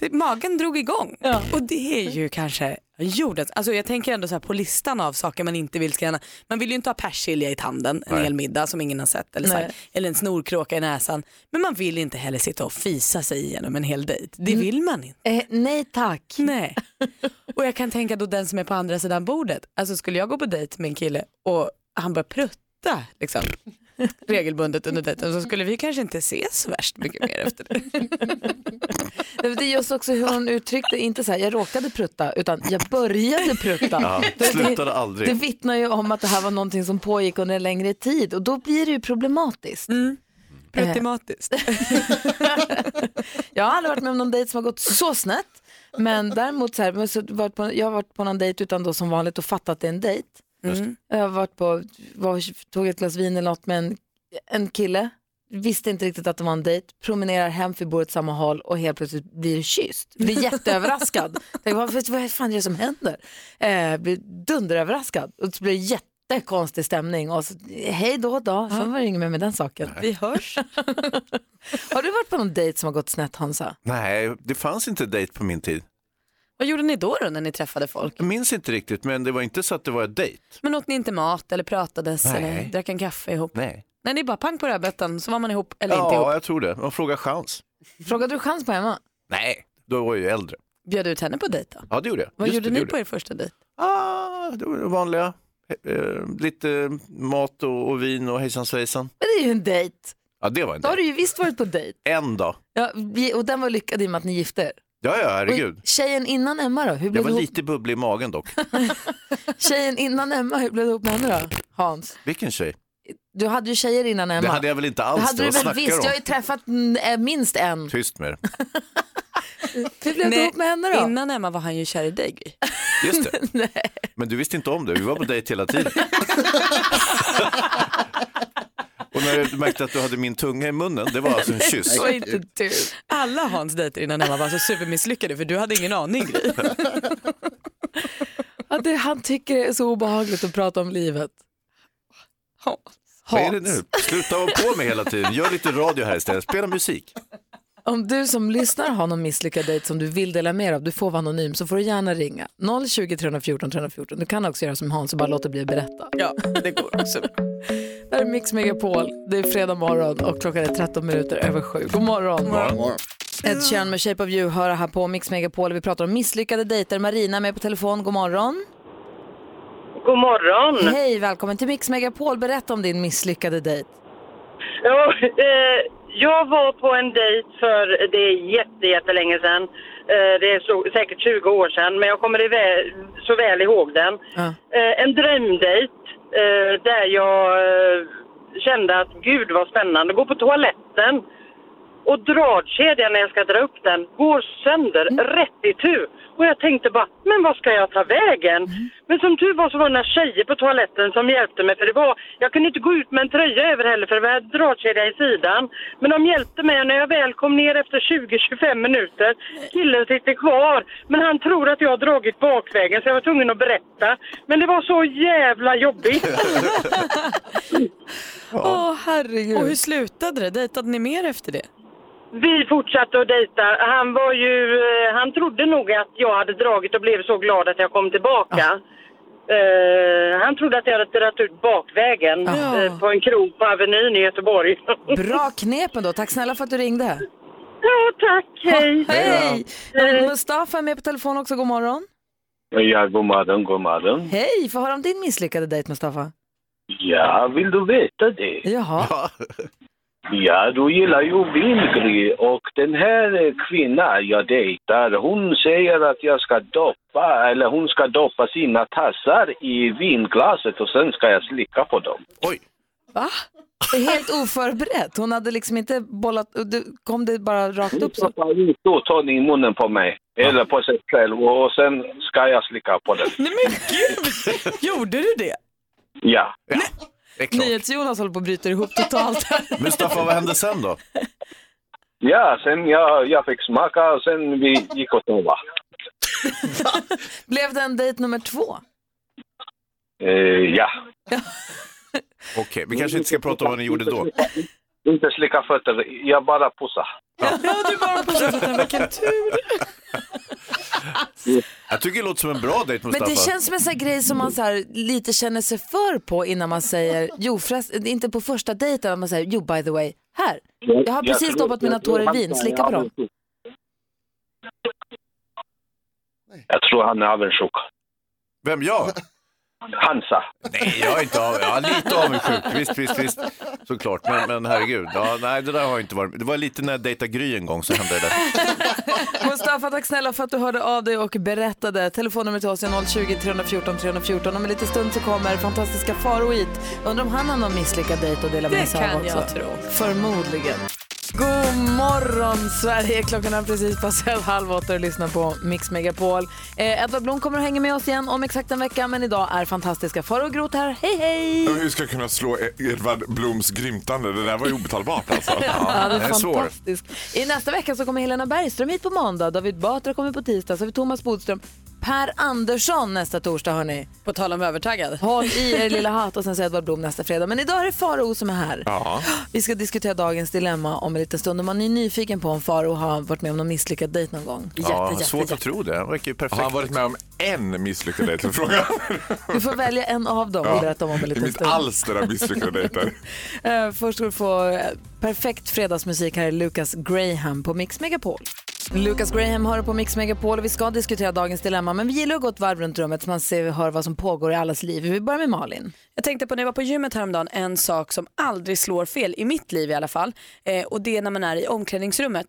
det, magen drog igång. Och det är ju kanske jordens, alltså jag tänker ändå så här på listan av saker man inte vill ska gärna, man vill ju inte ha persilja i tanden en
Nej.
hel middag som ingen har sett eller, så här,
Nej.
eller en snorkråka i näsan. Men man vill inte heller sitta och fisa sig igenom en hel dejt. Det vill man inte.
Eh, nej tack.
Nej. Och jag kan tänka då den som är på andra sidan bordet, alltså skulle jag gå på dejt med en kille och han börjar prutta liksom, regelbundet under dejten så skulle vi kanske inte ses så värst mycket mer efter det.
Nej, men Det är just också hur hon uttryckte, inte så här jag råkade prutta utan jag började prutta.
Ja,
Det-
slutade
det,
aldrig.
Det vittnar ju om att det här var någonting som pågick under en längre tid och då blir det ju problematiskt.
Problematiskt.
jag har aldrig varit med om någon dejt som har gått så snett. Men däremot så här, men så varit på, jag har varit på någon dejt utan då som vanligt och fattat att det är en dejt.
Just
Mm. Jag har varit på, var, tog ett glas vin eller något med en, en kille, visste inte riktigt att det var en dejt, promenerar hem för vi bor åt samma håll och helt plötsligt blir kysst. Blir jätteöverraskad. Tänker, vad, vad, vad fan är det som händer? Eh, blir dunderöverraskad och så blir det jättekonstig stämning och så, hej då då, sen var det inget mer med den saken.
Vi hörs.
har du varit på någon dejt som har gått snett Hansa?
Nej, det fanns inte dejt på min tid.
Vad gjorde ni då, då när ni träffade folk?
Jag minns inte riktigt, men det var inte så att det var en dejt.
Men åt ni inte mat eller pratades
Nej.
eller drack en kaffe ihop?
Nej.
Nej, det är bara pang på rödbetan så var man ihop eller inte ihop.
Ja, jag tror det. Man frågar chans.
Frågade du chans på Emma?
Nej, då var jag ju äldre.
Bjöd ut henne på dejt då?
Ja, det gjorde jag.
Vad
Just
gjorde
det,
ni
det
på
jag.
er första dejt?
Ah, det var det vanliga. Eh, lite mat och, och vin och hejsan svejsan.
Men det är ju en dejt.
Ja, det var en
Då har
dejt.
du ju visst varit på dejt.
En dag.
Ja, vi- och den var lyckad i och med att ni gifte er.
Ja, ja, herregud.
Och Tjejen innan Emma då? Hur
Jag
blev
var
du ihop?
lite bubblig i magen dock.
Tjejen innan Emma, hur blev du ihop med henne då? Hans,
Vilken tjej?
du hade ju tjejer innan Emma.
Det hade jag väl inte alls.
Det hade
då.
du
Vad
väl
snackar
visst,
om?
jag har ju träffat mm, eh, minst en.
Tyst med det.
Hur blev du
Nej,
ihop med henne då?
Innan Emma var han ju kär i dig. Gry.
Just det. Men du visste inte om det, vi var på dejt hela tiden. Och när du märkte att du hade min tunga i munnen, det var alltså en kyss.
Så inte du. Alla Hans dejter innan Emma var så supermisslyckade för du hade ingen aning. Gry.
Ja, det han tycker det är så obehagligt att prata om livet.
Vad är det nu? Sluta hålla på med hela tiden, gör lite radio här istället, spela musik.
Om du som lyssnar har någon misslyckad dejt som du vill dela med dig av, du får vara anonym, så får du gärna ringa 020 314 314. Du kan också göra som Hans och bara låta bli att berätta.
Ja, det går också.
Det här är Mix Megapol, det är fredag morgon och klockan är 13 minuter över sju. God morgon! Ed Sheeran med Shape of You hör här på Mix Megapol. Vi pratar om misslyckade dejter. Marina är med på telefon. God morgon.
God morgon.
Hej, välkommen till Mix Megapol. Berätta om din misslyckade dejt.
Ja, eh, jag var på en dejt för det är jätte, jättelänge sedan. Eh, det är så, säkert 20 år sedan, men jag kommer iväg, så väl ihåg den. Eh, en drömdejt eh, där jag eh, kände att gud vad spännande, gå på toaletten och dragkedjan när jag ska dra upp den går sönder rätt i tur. Och jag tänkte bara, men vad ska jag ta vägen? Men som tur var så var det några tjejer på toaletten som hjälpte mig för det var, jag kunde inte gå ut med en tröja över heller för det var dragkedja i sidan. Men de hjälpte mig och när jag väl kom ner efter 20-25 minuter, killen sitter kvar. Men han tror att jag har dragit bakvägen så jag var tvungen att berätta. Men det var så jävla jobbigt.
Åh herregud. Och hur slutade det? Dejtade ni mer efter det?
Vi fortsatte att dejta. Han var ju, eh, han trodde nog att jag hade dragit och blev så glad att jag kom tillbaka.
Ah.
Eh, han trodde att jag hade dragit ut bakvägen
Ah.
eh, på en krog på Avenyn i Göteborg.
Bra knepen då. Tack snälla för att du ringde.
Ja, tack. Hej.
Hej! Men Mustafa är med på telefon också. God morgon.
Ja, god morgon, god morgon.
Hej! Få höra om din misslyckade dejt, Mustafa.
Ja, vill du veta det?
Jaha.
Ja, du gillar ju vingry och den här eh, kvinnan jag dejtar, hon säger att jag ska doppa, eller hon ska doppa sina tassar i vinglaset och sen ska jag slicka på dem.
Oj!
Va? Helt oförberett. Hon hade liksom inte bollat... du- Kom det bara rakt upp så?
Då tar ni munnen på mig, eller på sig själv, och och sen ska jag slicka på den.
Nej men gud! Gjorde du det?
Ja.
NyhetsJonas håller på att bryta ihop totalt.
Mustafa, vad hände sen då?
Ja, sen jag, jag fick smaka och sen vi gick och sova.
Blev det en dejt nummer två?
Eh, ja.
Okej, vi kanske inte ska prata om vad ni gjorde då.
Inte slicka fötter, jag bara pussar.
Vilken tur!
Jag tycker det låter som en bra dejt
Men
Mustafa.
det känns som en sån här grej som man så här, lite känner sig för på innan man säger, jo förresten, inte på första dejten, men man säger, jo by the way, här, jag har precis doppat mina tår i vin, slicka på dem.
Jag tror han är avundsjuk.
Vem, jag?
Hansa.
Nej, jag är inte av, ja, lite avundsjuk. Visst, visst, visst. Såklart, men, men herregud. Ja, nej, det där har inte varit. Det var lite när jag dejtade Gry en gång så hände det där.
Mustafa, tack snälla för att du hörde av dig och berättade. Telefonnumret till oss är 020-314 314. Om en liten stund så kommer fantastiska Faro hit. Undrar om han har någon misslyckad dejt att dela med
Det
sig av
kan
också.
jag tro.
Förmodligen. God morgon Sverige! Klockan har precis passerat halv åtta och lyssnar på Mix Megapol. Eh, Edvard Blom kommer att hänga med oss igen om exakt en vecka men idag är fantastiska Faro Groth här. Hej hej!
Hur ska jag kunna slå E- Edvard Bloms grymtande? Det där var ju obetalbart alltså.
Ja, det är fantastisk. I nästa vecka så kommer Helena Bergström hit på måndag, David Batra kommer på tisdag, så har vi Thomas Bodström. Per Andersson nästa torsdag hörni.
På tal om övertaggad.
Håll i er lilla hatt och sen så Edvard Blom nästa fredag. Men idag är det Faro som är här.
Ja.
Vi ska diskutera dagens dilemma om en liten stund. Om man är nyfiken på om Faro har varit med om någon misslyckad dejt någon gång.
Ja, svårt
att tro det. Han verkar ju perfekt.
Har han varit med om en misslyckad dejt? Frågan.
Du får välja en av dem och berätta om om en
Jag
liten
minns
stund.
alls det där misslyckade dejter.
Eh, Först ska du få eh, perfekt fredagsmusik. Här är Lucas Graham på Mix Megapol. Lucas Graham hör på Mix Megapol och vi ska diskutera dagens dilemma. Men vi gillar att gå ett varv runt rummet så man ser och hör vad som pågår i allas liv. Vi börjar med Malin.
Jag tänkte på när jag var på gymmet häromdagen, en sak som aldrig slår fel, i mitt liv i alla fall, eh, och det är när man är i omklädningsrummet.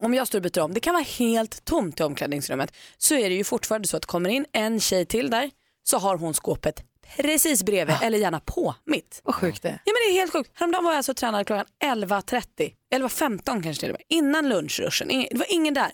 Om jag står och byter om, det kan vara helt tomt i omklädningsrummet, så är det ju fortfarande så att kommer in en tjej till där, så har hon skåpet precis bredvid, eller gärna på mitt.
Vad sjukt det är.
Ja men det är helt sjukt. Häromdagen var jag alltså och tränade klockan 11.30, 11.15 kanske till och med, innan lunchruschen. Ingen- Det var ingen där.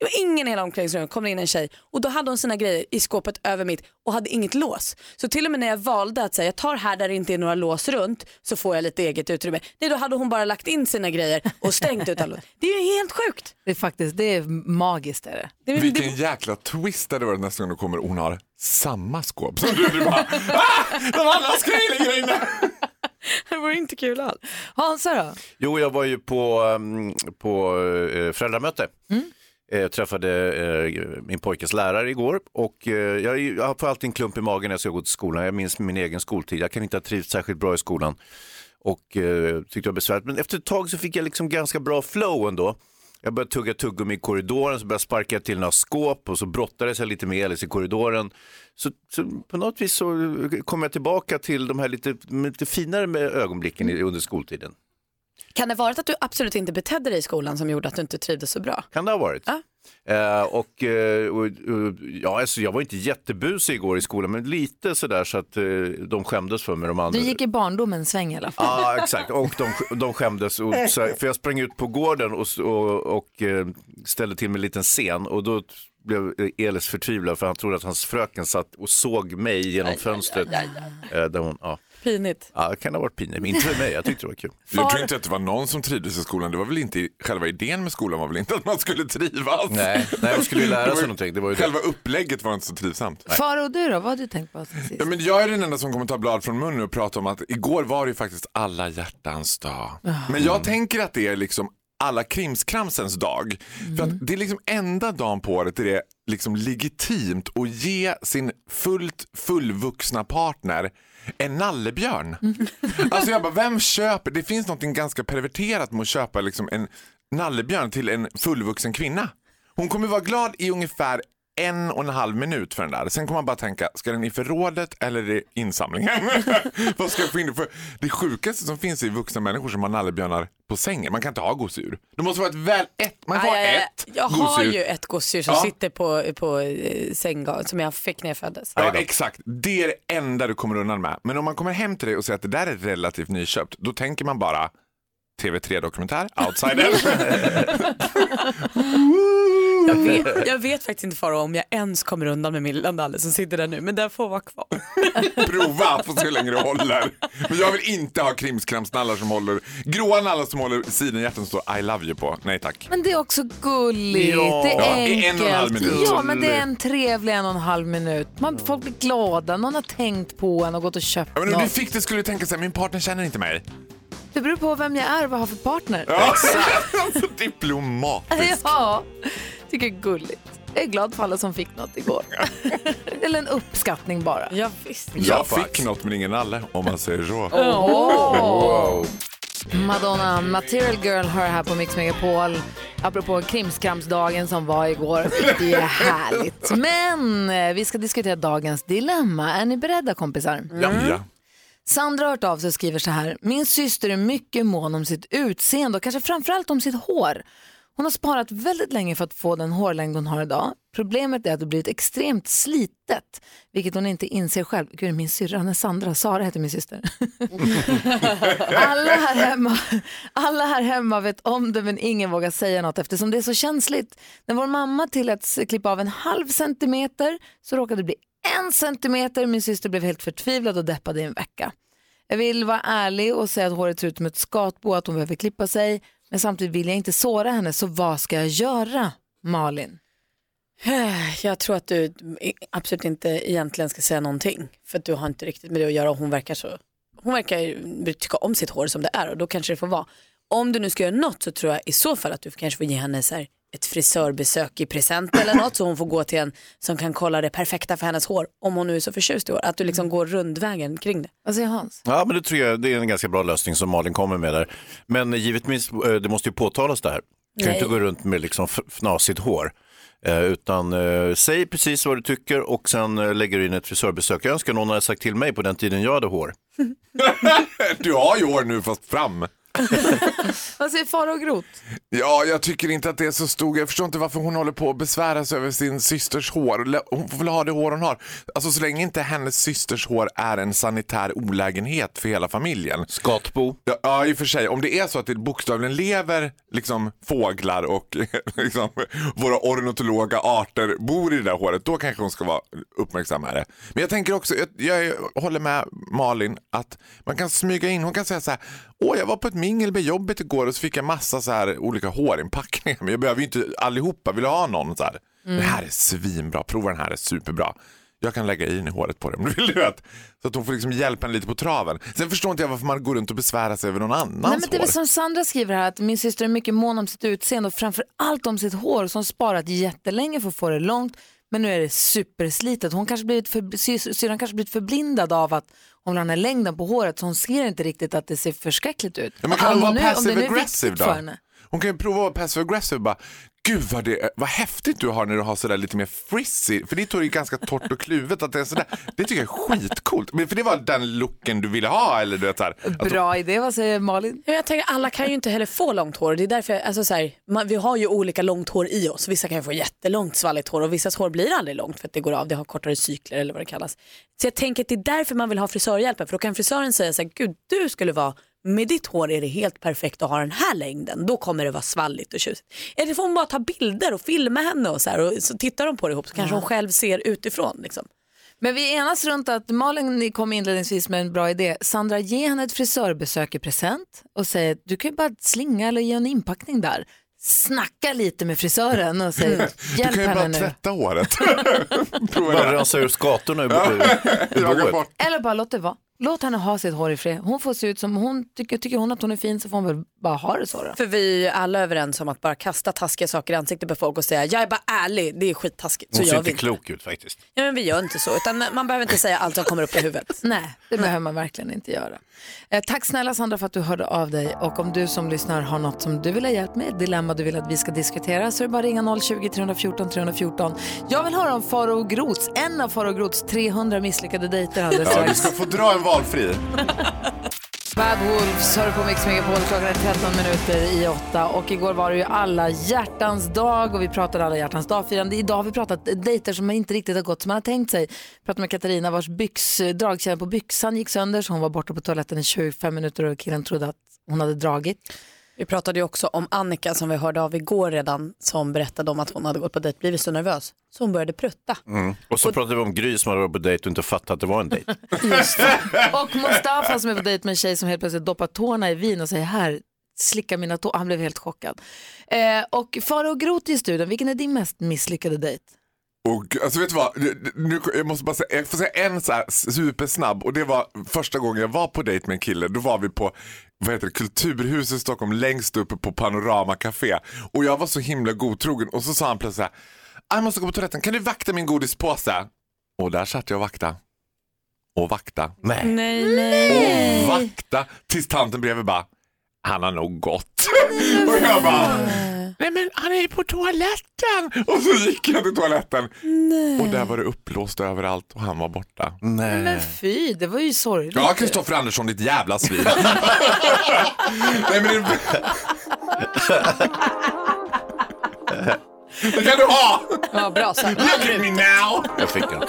Det var ingen i hela omklädningsrummet, kom det in en tjej och då hade hon sina grejer i skåpet över mitt och hade inget lås. Så till och med när jag valde att säga jag tar här där det inte är några lås runt så får jag lite eget utrymme. Nej då hade hon bara lagt in sina grejer och stängt utan lås. Det är ju helt sjukt.
Det är faktiskt det är magiskt. Är det.
Vilken jäkla twist det hade varit nästa gång du kommer hon har samma skåp som du. du bara, "Ah, De andra ska ligga inne.
Det vore inte kul alls.
Hansa då?
Jo, jag var ju på, ehm, på eh, föräldramöte. Eh, Jag träffade eh, min pojkes lärare igår och eh, jag, är ju- jag får alltid en klump i magen när jag ska gå till skolan. Jag minns min egen skoltid. Jag kan inte ha trivts särskilt bra i skolan och eh, tyckte det var besvärligt. Men efter ett tag så fick jag liksom ganska bra flow ändå. Jag började tugga tuggummi i korridoren, så började jag sparka till några skåp och så brottades jag lite med Elis i korridoren. Så, så på något vis så eh, kom jag tillbaka till de här lite, lite finare med ögonblicken i- under skoltiden.
Kan det varit att du absolut inte betedde dig i skolan som gjorde att du inte trivdes så bra?
Kan det ha varit. Eh, och, eh, och, och, ja, alltså, jag var inte jättebusig igår i skolan, men lite sådär så att eh, de skämdes för mig. De
Du
andra.
gick i barndomens sväng i alla fall.
Ja, exakt. Och de, de skämdes. Och, så här, för jag sprang ut på gården och, och, och eh, ställde till med en liten scen. Och då blev Elis förtvivlad för han trodde att hans fröken satt och såg mig genom fönstret. Eh, Där hon, ja.
Pinigt.
Ja, det kan ha varit pinigt, men inte för mig. Jag tyckte det var kul.
Jag tror inte att det var någon som trivdes i skolan. Det var väl inte själva idén med skolan var väl inte att man skulle trivas?
Nej, nej, man skulle ju lära sig
Det var
någonting. Det var ju det.
själva upplägget var inte så trivsamt.
Faro, du då? Vad har du tänkt på sen sist?
Ja, men jag är den enda som liksom, kommer ta blad från munnen och prata om att igår var det ju faktiskt alla hjärtans dag. Men jag tänker att det är liksom alla krimskramsens dag. För
Mm.
att det är liksom enda dagen på året där det är liksom legitimt att ge sin fullt fullvuxna partner en nallebjörn. Alltså jag bara, vem köper? Det finns något ganska perverterat med att köpa liksom en nallebjörn till en fullvuxen kvinna. Hon kommer vara glad i ungefär en och en halv minut för den där. Sen kommer man bara tänka, ska den i förrådet eller i insamlingen? Vad ska jag få in? För det sjukaste som finns är vuxna människor som har nallebjörnar på sängen. Man kan inte ha gosedjur. Det måste vara ett väl ett. Man får ha ett
Jag har
gosedjur.
ju ett gosedjur som
Ja.
sitter på, på eh, sängga som jag fick när jag föddes.
Ja, exakt. Det är det enda du kommer undan med. Men om man kommer hem till dig och säger att det där är relativt nyköpt, då tänker man bara TV3-dokumentär, Outsider.
Jag vet, jag vet faktiskt inte Faro om jag ens kommer undan med min lilla Nalle som sitter där nu, men den får vara kvar.
Prova, får se hur länge du håller. Men jag vill inte ha krimskramsnallar som håller, gråa nallar som håller sidenhjärtan som står I love you på. Nej tack.
Men det är också gulligt,
Ja.
det är
I
enkelt.
en och en halv minut.
Ja, men det är en trevlig en och en halv minut. Man, folk blir glada, någon har tänkt på en och gått och köpt
Ja, men om du
något.
fick det skulle du tänka så här, min partner känner inte mig.
Det beror på vem jag är och vad jag har för partner.
Ja. Alltså, så Alltså, diplomatiskt.
Ja, tycker det är gulligt. Jag är glad för alla som fick något igår. Eller en uppskattning bara.
Ja, visst.
Jag fick något men ingen nalle om man säger så.
Åh.
Wow.
Madonna, Material Girl, hör här på Mix Megapol. Apropå krimskramsdagen som var igår. Det är härligt. Men eh, vi ska diskutera dagens dilemma. Är ni beredda kompisar?
Ja.
Sandra har hört av sig och skriver så här. Min syster är mycket mån om sitt utseende och kanske framförallt om sitt hår. Hon har sparat väldigt länge för att få den hårlängd hon har idag. Problemet är att det blivit extremt slitet, vilket hon inte inser själv. Gud, min syrra, hon är Sandra. Sara heter min syster. alla, här hemma, alla här hemma vet om det men ingen vågar säga något eftersom det är så känsligt. När vår mamma tilläts klippa av en halv centimeter så råkade det bli en centimeter. Min syster blev helt förtvivlad och deppad i en vecka. Jag vill vara ärlig och säga att håret ser ut som ett skatbo och att hon behöver klippa sig. Men samtidigt vill jag inte såra henne, så vad ska jag göra, Malin?
Jag tror att du absolut inte egentligen ska säga någonting för att du har inte riktigt med det att göra och hon verkar så. Hon verkar ju tycka om sitt hår som det är och då kanske det får vara. Om du nu ska göra något så tror jag i så fall att du kanske får ge henne så här ett frisörbesök i present eller något så hon får gå till en som kan kolla det perfekta för hennes hår om hon nu är så förtjust i hår. Att du
Mm.
liksom går rundvägen kring det.
Vad säger Hans?
Ja, men det tror jag det är en ganska bra lösning som Malin kommer med där. Men givetvis, eh, det måste ju påtalas det här. Du kan ju
Nej.
inte gå runt med liksom f- fnasigt hår. Eh, utan eh, säg precis vad du tycker och sen eh, lägger du in ett frisörbesök. Jag önskar någon hade sagt till mig på den tiden jag hade hår.
Mm. Du har ju hår nu fast fram.
Vad säger far och grot?
Ja, jag tycker inte att det är så stor Jag förstår inte varför hon håller på att besvära sig över sin systers hår. Lä- Hon får väl ha det hår hon har. Alltså så länge inte hennes systers hår är en sanitär olägenhet för hela familjen.
Skatbo.
Ja, ja i och för sig. Om det är så att det bokstavligen lever liksom fåglar och liksom, våra ornitologa arter bor i det där håret, då kanske hon ska vara uppmärksammare. Men jag tänker också, jag, jag håller med Malin, att man kan smyga in, hon kan säga så här, åh jag var på ett mingel med jobbet igår och så fick jag massa så här olika hårinpackningar, men jag behöver ju inte allihopa, vill du ha någon så här?
Mm.
Det här är svinbra, prova den här, är superbra. Jag kan lägga i den i håret på dig om du vill. Du vet. Så att hon får liksom hjälpa henne lite på traven. Sen förstår inte jag varför man går runt och besvärar sig över någon annans
Nej, men det är
hår.
väl som Sandra skriver här, att min syster är mycket mån om sitt utseende och framför allt om sitt hår som sparat jättelänge för att få det långt. Men nu är det superslitet. Hon kanske blivit för, sy- syrran kanske blivit förblindad av att hon vill ha den här längden på håret så hon ser inte riktigt att det ser förskräckligt ut.
Ja, men kan hon
Om
vara
nu- om det nu
passive
är
aggressive
viktigt för
då?
henne.
Hon kan ju prova att vara passive aggressive bara, gud vad, det, vad häftigt du har när du har sådär lite mer frizzy, för ditt hår är ju ganska torrt och kluvet, att det är sådär, det tycker jag är skitcoolt. Men för det var den looken du ville ha eller du vet såhär. Att-
Bra idé, vad säger Malin?
Ja, Jag tänker, alla kan ju inte heller få långt hår. Det är därför, alltså, så här, man, vi har ju olika långt hår i oss. Vissa kan ju få jättelångt svalligt hår och vissas hår blir aldrig långt för att det går av. Det har kortare cykler eller vad det kallas. Så jag tänker att det är därför man vill ha frisörhjälpen. För då kan frisören säga så här, gud du skulle vara, med ditt hår är det helt perfekt att ha den här längden. Då kommer det vara svalligt och tjusigt. Eller får hon bara ta bilder och filma henne och så här. Och så tittar de på det ihop så kanske hon själv ser utifrån. Liksom.
Men vi enas runt att Malin ni kom inledningsvis med en bra idé. Sandra, ge henne ett frisörbesök i present och säg att du kan ju bara slinga eller ge en inpackning där. Snacka lite med frisören och säg
Mm. Du
hjälp
kan ju bara
henne nu.
tvätta håret.
Bara rensa ur skatorna ur, ur, ur boet.
Eller bara låt det vara. Låt henne ha sitt hår i fred. Hon får se ut som hon tycker, tycker hon att hon är fin så får hon väl bara ha det så då.
För vi är ju alla överens om att bara kasta taskiga saker i ansiktet på folk och säga jag är bara ärlig, det är skittaskigt. Så
Hon ser
gör vi
inte
inte.
klok ut faktiskt.
Ja, men vi gör inte så, utan man behöver inte säga allt som kommer upp i huvudet.
Nej, det behöver man verkligen inte göra. Eh, tack snälla Sandra för att du hörde av dig och om du som lyssnar har något som du vill ha hjälp med, ett dilemma du vill att vi ska diskutera så är det bara att ringa 020-314 314. Jag vill höra om Faro Grots, en av Faro Grots 300 misslyckade dejter alldeles
Ja, du
strax.
ska få dra en valfri.
Bad Wolves hör du på Mix Megapol. Klockan är 13 minuter i åtta. Och igår var det ju alla hjärtans dag och vi pratade alla hjärtans dag-firande. Idag har vi pratat dejter som inte riktigt har gått som man har tänkt sig. Vi pratade med Katarina vars byx, dragkedjan på byxan gick sönder så hon var borta på toaletten i 25 minuter och killen trodde att hon hade dragit.
Vi pratade ju också om Annika som vi hörde av igår redan som berättade om att hon hade gått på dejt, blivit så nervös så hon började prutta.
Mm. Och så pratade vi om Gry som hade varit på dejt och inte fattat att det var en dejt.
Och Mustafa som är på dejt med en tjej som helt plötsligt doppar tårna i vin och säger här, slicka mina tår. Han blev helt chockad. Eh, och Faro och Groth i studion, vilken är din mest misslyckade dejt?
Och, gud, alltså vet du vad, Nu- nu, jag måste bara säga, jag får säga en så här supersnabb och det var första gången jag var på dejt med en kille. Då var vi på vad heter det, Kulturhuset i Stockholm längst uppe på Panorama Café och jag var så himla godtrogen och så sa han plötsligt så här, "Ah, jag måste gå på toaletten, kan du vakta min godispåse? Och där satt jag och vakta. Och vakta.
Nej,
Mm.
Och vakta tills tanten bredvid bara, han har nog gått. och jag bara, Nej men han är ju på toaletten! och så gick jag till toaletten och där var det uppblåst överallt och han var borta.
Men fy, det var ju sorgligt.
Ja, Kristoffer Andersson, ditt jävla svin. Nej, men det... det kan du ha!
Ja, bra sagt.
Look at me now!
Jag fick den.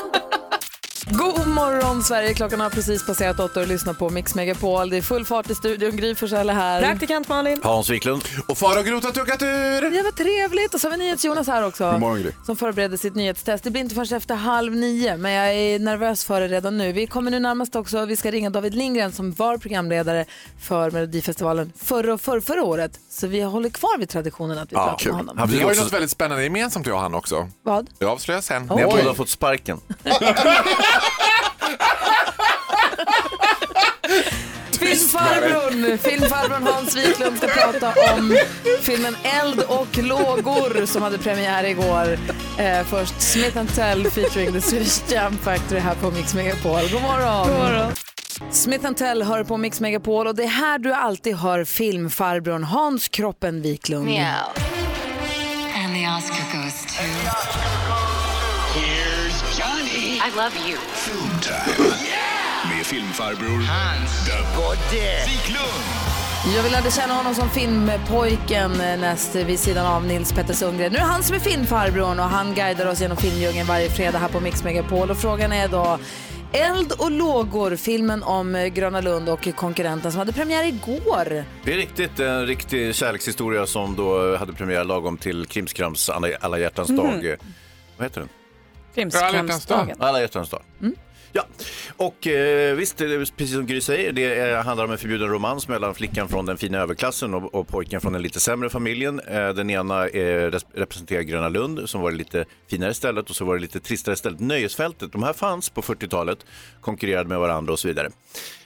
God morgon Sverige, klockan har precis passerat åtta och lyssna på Mix Megapol. Det är full fart i studion, Gry Forssell är här.
Praktikant Malin.
Hans Wiklund.
Och far och grota tuckat ur!
Ja, vad trevligt. Och så har vi NyhetsJonas här också.
God morgon, Gry.
Som förbereder sitt nyhetstest. Det blir inte förrän efter halv nio, men jag är nervös för det redan nu. Vi kommer nu närmast också, vi ska ringa David Lindgren som var programledare för Melodifestivalen förra och förra, förra året. Så vi håller kvar vid traditionen att vi pratar med honom.
Vi har ju något väldigt spännande gemensamt jag och han också.
Vad?
Det avslöjar sen.
Ni har båda fått sparken.
Filmfarbrorn, filmfarbrorn Hans Wiklund ska prata om filmen Eld och lågor som hade premiär igår. Eh, först Smith Tell featuring The Swedish Jam Factory här på Mix Megapol. God morgon!
God morgon.
Smith Tell hör på Mix Megapol och det är här du alltid hör filmfarbrorn Hans Kroppen Wiklund.
Meow.
And the Oscar goes to...
Here's Johnny. I love you.
Med filmfarbror Hans The Bodde Wiklund.
Jag vill lära känna honom som filmpojken eh, näst vid sidan av Nils Petter Sundgren. Nu är det han som är filmfarbrorn och han guidar oss genom filmdjungeln varje fredag här på Mix Megapol. Och frågan är då Eld och lågor, filmen om eh, Gröna Lund och konkurrenten som hade premiär igår.
Det är riktigt en riktig kärlekshistoria som då hade premiär lagom till Krimskrams Alla, alla hjärtans
Mhm.
dag. eh, Vad heter den?
Krimskramsdagen.
Alla hjärtans dag.
Mm.
Ja, och eh, visst, det är precis som Gry säger, det eh, handlar om en förbjuden romans mellan flickan från den fina överklassen och, och pojken från den lite sämre familjen. Eh, den ena eh, res- representerar Gröna Lund som var det lite finare stället och så var det lite tristare stället, Nöjesfältet. De här fanns på 40-talet, konkurrerade med varandra och så vidare.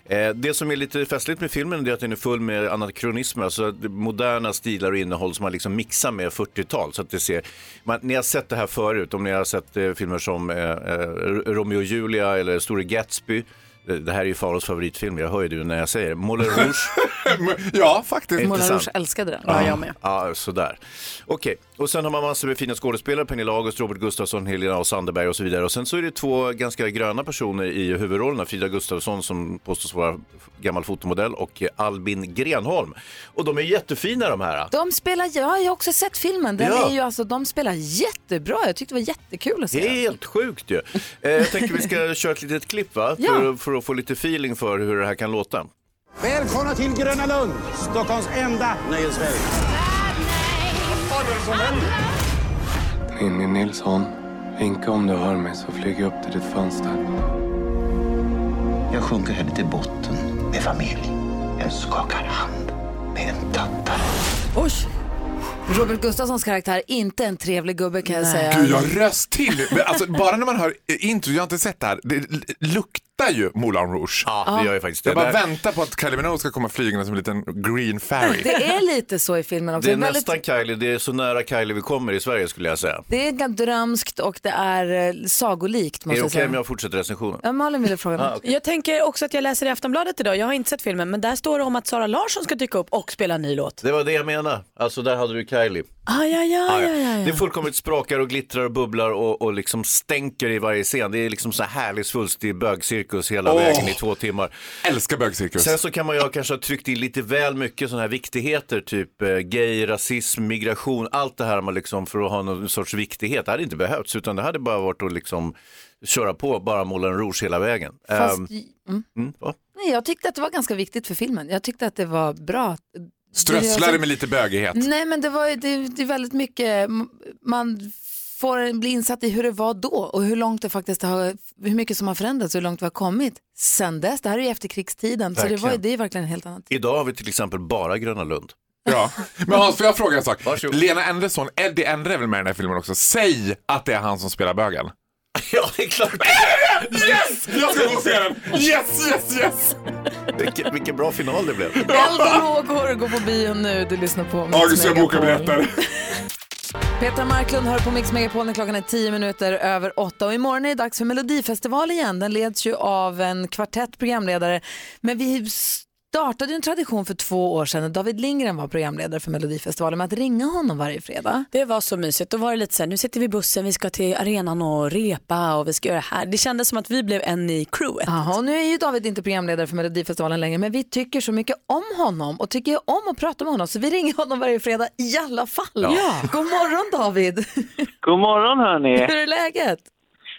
Eh, Det som är lite festligt med filmen är att den är full med anakronismer, alltså att moderna stilar och innehåll som man liksom mixar med 40-tal. Så att det ser, man, ni har sett det här förut, om ni har sett eh, filmer som eh, eh, Romeo och Julia eller Store Gatsby. Eh, Det här är ju Faros favoritfilm, jag hör ju det när jag säger det. Moulin Rouge.
Mm, ja, faktiskt.
Mm.
Moulin Rouge älskade den.
Ja, sådär. Okej, och sen har man massor med fina skådespelare, Pernilla August, Robert Gustafsson, Helena och Sandberg och så vidare. Och sen så är det två ganska gröna personer i huvudrollerna, Frida Gustafsson som påstås vara gammal fotomodell och Albin Grenholm. Och de är jättefina de här.
De spelar, ja, jag har också sett filmen, den
Ja.
är ju alltså, de spelar jättebra. Jag tyckte det var jättekul att se den.
Helt sjukt ju. Eh, jag tänker vi ska köra ett litet klipp va?
Ja.
För, för att få lite feeling för hur det här kan låta.
Välkomna till Gröna Lund, Stockholms enda nöjesväg.
Ninni Nilsson, vinka om du hör mig så flyger jag upp till ditt fönster. Jag sjunker henne till botten med familj. Jag skakar hand med en tattare.
Oj! Robert Gustafssons karaktär, inte en trevlig gubbe kan jag säga.
Gud, jag röst till. Men alltså, bara när man hör intro, jag har inte sett det här, det l- luktar ju Moulin Rouge.
Ja, det gör ju faktiskt det.
Jag bara
Där-
väntar på att Kylie Minogue ska komma flygande som en liten green
Mm,
fairy.
Det är lite så i filmen också.
Det är
Väldigt-
nästan Kylie, det är så nära Kylie vi kommer i Sverige skulle jag säga.
Det är ganska drömskt och det är eh, sagolikt
Är det
måste
okej
jag säga.
om jag fortsätter recensionen?
Ja, Malin ville fråga något.
Ah, okej.
Jag tänker också att jag läser i Aftonbladet idag, jag har inte sett filmen, men där står det om att Sara Larsson ska dyka upp och spela en ny låt.
Det var det jag menade. Alltså där hade du Kylie.
Aj, aj, aj,
Ah,
aj,
ja.
aj, aj.
Det fullkomligt sprakar och glittrar och bubblar och, och liksom stänker i varje scen. Det är liksom så här härlig svulstig bögcirkus hela
Åh.
vägen i två timmar.
Älskar bögcirkus.
Sen så kan man ju kanske ha tryckt in lite väl mycket sådana här viktigheter, typ eh, gay, rasism, migration, allt det här man liksom för att ha någon sorts viktighet. Det hade inte behövts, utan det hade bara varit att liksom köra på, bara måla en rouge hela vägen.
Fast,
Ehm,
mm.
mm, va?
Nej, jag tyckte att det var ganska viktigt för filmen. Jag tyckte att det var bra att
Strösslare med lite bögighet.
Mm.
Nej, men det var ju- det, det är väldigt mycket, m- man får bli insatt i hur det var då och hur långt det faktiskt har, hur mycket som har förändrats och hur långt vi har kommit sen dess. Det här är ju efterkrigstiden, så det, var, ju-
Verkligen.
det är verkligen helt annat.
Idag har vi till exempel bara Gröna Lund.
Ja. Men Hans, får jag fråga en sak? Lena Endres son Eddie Endre är väl med i den här filmen också? Säg att det är han som spelar bögen.
Ja, det är klart.
Yes! Jag ska gå och se den. Yes, yes, yes!
Vilken, vilken bra final det blev.
Elda lågor, gå på bio nu, du lyssnar på Mix
August, jag bokar
Megapol.
biljetter.
Petra Marklund hör på Mix Megapol när klockan är 10 minuter över 8 och imorgon är det dags för Melodifestival igen. Den leds ju av en kvartett programledare. Men vi startade ju en tradition för två år sedan när David Lindgren var programledare för Melodifestivalen med att ringa honom varje fredag.
Det var så mysigt. Då var det lite så här, nu sitter vi i bussen, vi ska till arenan och repa och vi ska göra det här. Det kändes som att vi blev en i crewet.
Jaha, och nu är ju David inte programledare för Melodifestivalen längre men vi tycker så mycket om honom och tycker ju om att prata med honom så vi ringer honom varje fredag i alla fall.
Ja.
God morgon David!
God morgon
Eh.
hörni!
Hur är läget?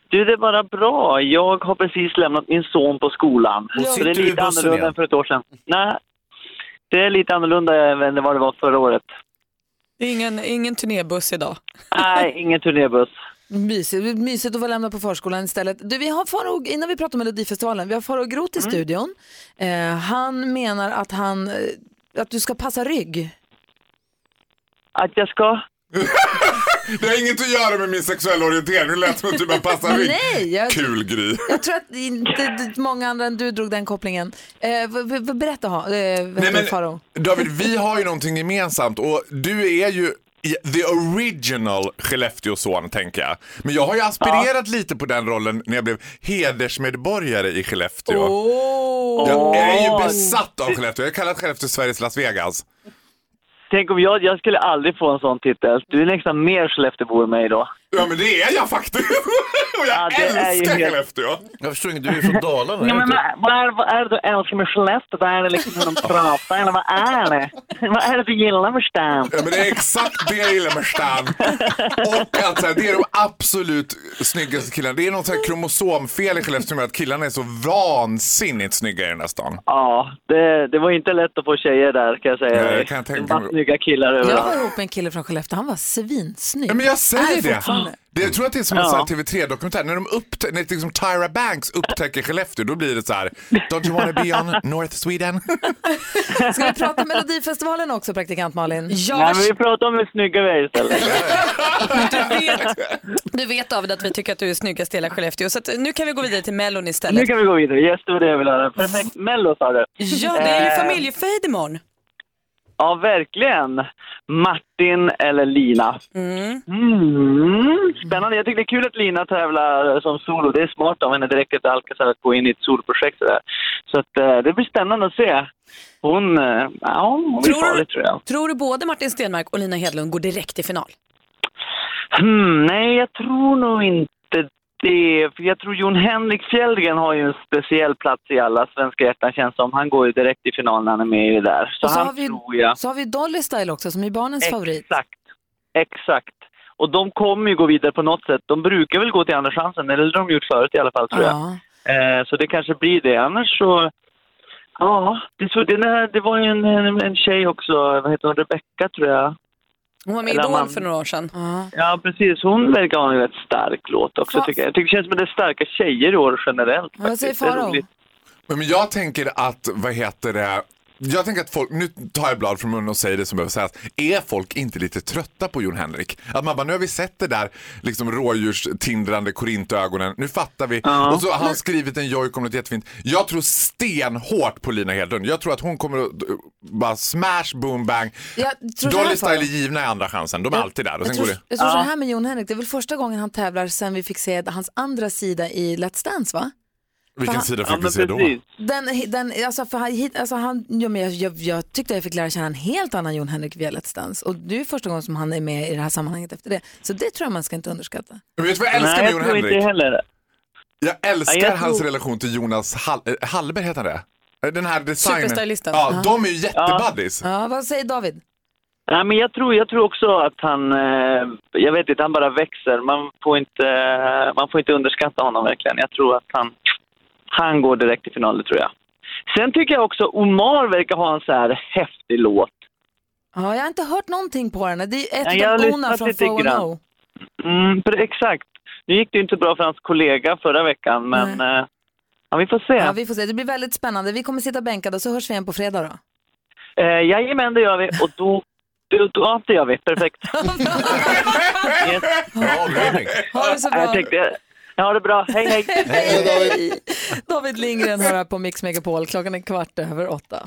Du det är bara bra. Jag har precis lämnat min son på skolan.
Och
Så
sitter
det är
du i
lite
bussen
annorlunda
igen?
än för ett år sedan. Nej, det är lite annorlunda än vad det var förra året.
Det är ingen, ingen turnébuss idag.
Nej, ingen turnébuss.
Mysigt, mysigt att få lämna på förskolan istället. Du, vi har Farao, innan vi pratar om Melodifestivalen, vi har Farao Groth i
Mm.
studion. Eh, han menar att, han, eh, att du ska passa rygg.
Att jag ska?
Det har inget att göra med min sexuella orientering. Det lät som att du bara passar in.
Nej, jag,
Kul Gry.
jag tror att inte d- många andra än du drog den kopplingen. Eh, v- v- berätta, ha- eh, vad
Nej,
heter
men-
Farao.
David, vi har ju någonting gemensamt och du är ju i- the original Skellefteåson tänker jag. Men jag har ju aspirerat lite på den rollen när jag blev hedersmedborgare i Skellefteå. Jag är ju besatt av Skellefteå. Jag har kallat Skellefteå Sveriges Las Vegas.
Tänk om jag, jag skulle aldrig få en sån titel. Du är nästan mer Skelleftebo än mig då.
Ja men det är jag faktiskt. Och jag
det är ju
älskar
helt-
Skellefteå.
Jag förstår inte, du är från Dalarna.
Ja, men vad, vad, är, vad är det du älskar med Skellefteå? Vad är det liksom hur de pratar? Eller vad är det? Vad är det du gillar med Stan?
Ja, men det är exakt det jag gillar med Stan. Och att så här, det är de absolut snyggaste killarna. Det är något så här kromosomfel i Skellefteå som gör att killarna är så vansinnigt snygga i den här stan.
Ja, det, det var inte lätt att få tjejer där kan jag säga.
Nej, det kan jag tänka
Det var
mig.
snygga killar
Jag var
överallt.
ihop med en kille från Skellefteå, han var svinsnygg.
Ja, men jag
Är
säger det.
fortfarande.
det. Jag tror att det är som
Ja.
en sån här TV3-dokumentär. När, de upptä- när liksom Tyra Banks upptäcker Skellefteå, då blir det så här, don't you wanna be on North Sweden?
Ska vi prata Melodifestivalen också, praktikant Malin?
Nej, men vi pratar om hur snygga vi är istället.
Du vet David att vi tycker att du är snyggast i hela Skellefteå så att nu kan vi gå vidare till Mellon istället.
nu kan vi gå vidare. Yes, det var det jag ville höra. Perfekt. Mello sa du.
Ja, det är ju
Eh,
familjefejd imorgon.
Ja, verkligen. Martin eller Lina.
Mm.
Mm, spännande. Jag tycker det är kul att Lina tävlar som solo. Det är smart av henne direkt efter Alcazar att gå in i ett soloprojekt. sådär. Så att, eh, det blir spännande att se. Hon, eh, ja, hon blir
Tror,
farlig tror
du,
jag.
tror du både Martin Stenmark och Lina Hedlund går direkt till final?
Hmm, nej, jag tror nog inte det. För jag tror Jon Henrik Fjällgren har ju en speciell plats i alla svenska hjärtan känns som. Han går ju direkt i finalen när han är med i det där. Så,
Och så,
han
har vi,
tror jag.
så har vi Dolly Style också som är barnens favorit.
Exakt. Exakt. Och de kommer ju gå vidare på något sätt. De brukar väl gå till Andra chansen, eller de har gjort förut i alla fall tror jag.
Ja.
Eh, så det kanske blir det. Annars så... Ja, det, så, den här, det var ju en, en, en tjej också, vad heter hon, Rebecca tror jag.
Hon var med i
Eller
Idol
man-
för några år sedan.
Ja, precis. Hon verkar ha en rätt stark låt också tycker jag. Jag tycker det känns som att det är starka tjejer i år generellt. faktiskt. Det är roligt.
Men men jag tänker att, vad heter det, jag tänker att folk, nu tar jag blad från munnen och säger det som behöver sägas. Är folk inte lite trötta på Jon Henrik? Att man bara, nu har vi sett det där liksom rådjurstindrande korintögonen, nu fattar vi. Och så har han skrivit en jojk om något jättefint. Jag tror stenhårt på Lina Hedlund. Jag tror att hon kommer att eh, bara smash, boom, bang.
Jag tror så här,
Dolly Style är
Farao.
givna i andra chansen, de är alltid där. Och
Jag
sen
tror,
går det.
jag tror så här med Jon Henrik, det är väl första gången han tävlar sen vi fick se hans andra sida i Let's Dance va?
Vilken sida
Ja,
fick vi
men
se då?
precis.
Den, den, alltså för han, hit- alltså han, ja, men jag, jag, jag tyckte jag fick lära känna en helt annan Jon Henrik via Let's Dance och det är första gången som han är med i det här sammanhanget efter det. Så det tror jag man ska inte underskatta.
Men vet du vad jag älskar
Nej,
med
jag
Jon
tror inte
Henrik?
heller.
Jag älskar
Ja, jag
hans
tror-
relation till Jonas Hall eh, Hallberg, heter han det? Eh, Den här designern.
Superstylisten.
Ja,
Ja.
de är ju jättebuddies.
Ja, vad säger David?
Nej, men jag tror, jag tror också att han, eh, jag vet inte, han bara växer. Man får inte, eh, man får inte underskatta honom verkligen. Jag tror att han, han går direkt till finalen tror jag. Sen tycker jag också Omar verkar ha en så här häftig låt.
Ja, jag har inte hört någonting på den. Det är ett
Nej, jag har
av
lyssnat
Ona från
lite
410.
grann. Mm, pre- exakt. Nu gick det ju inte bra för hans kollega förra veckan, men eh, ja, vi får se.
Ja, vi får se. Det blir väldigt spännande. Vi kommer sitta bänkade och så hörs vi igen på fredag då.
Eh, jajamän, det gör vi. Och då... då- då- Ja, det gör vi. Perfekt. yes.
Ha det så bra.
Jag tänkte, jag har det bra. Hej, hej.
Hej, David. David Lindgren hör här på Mix Megapol. Klockan är kvart över åtta.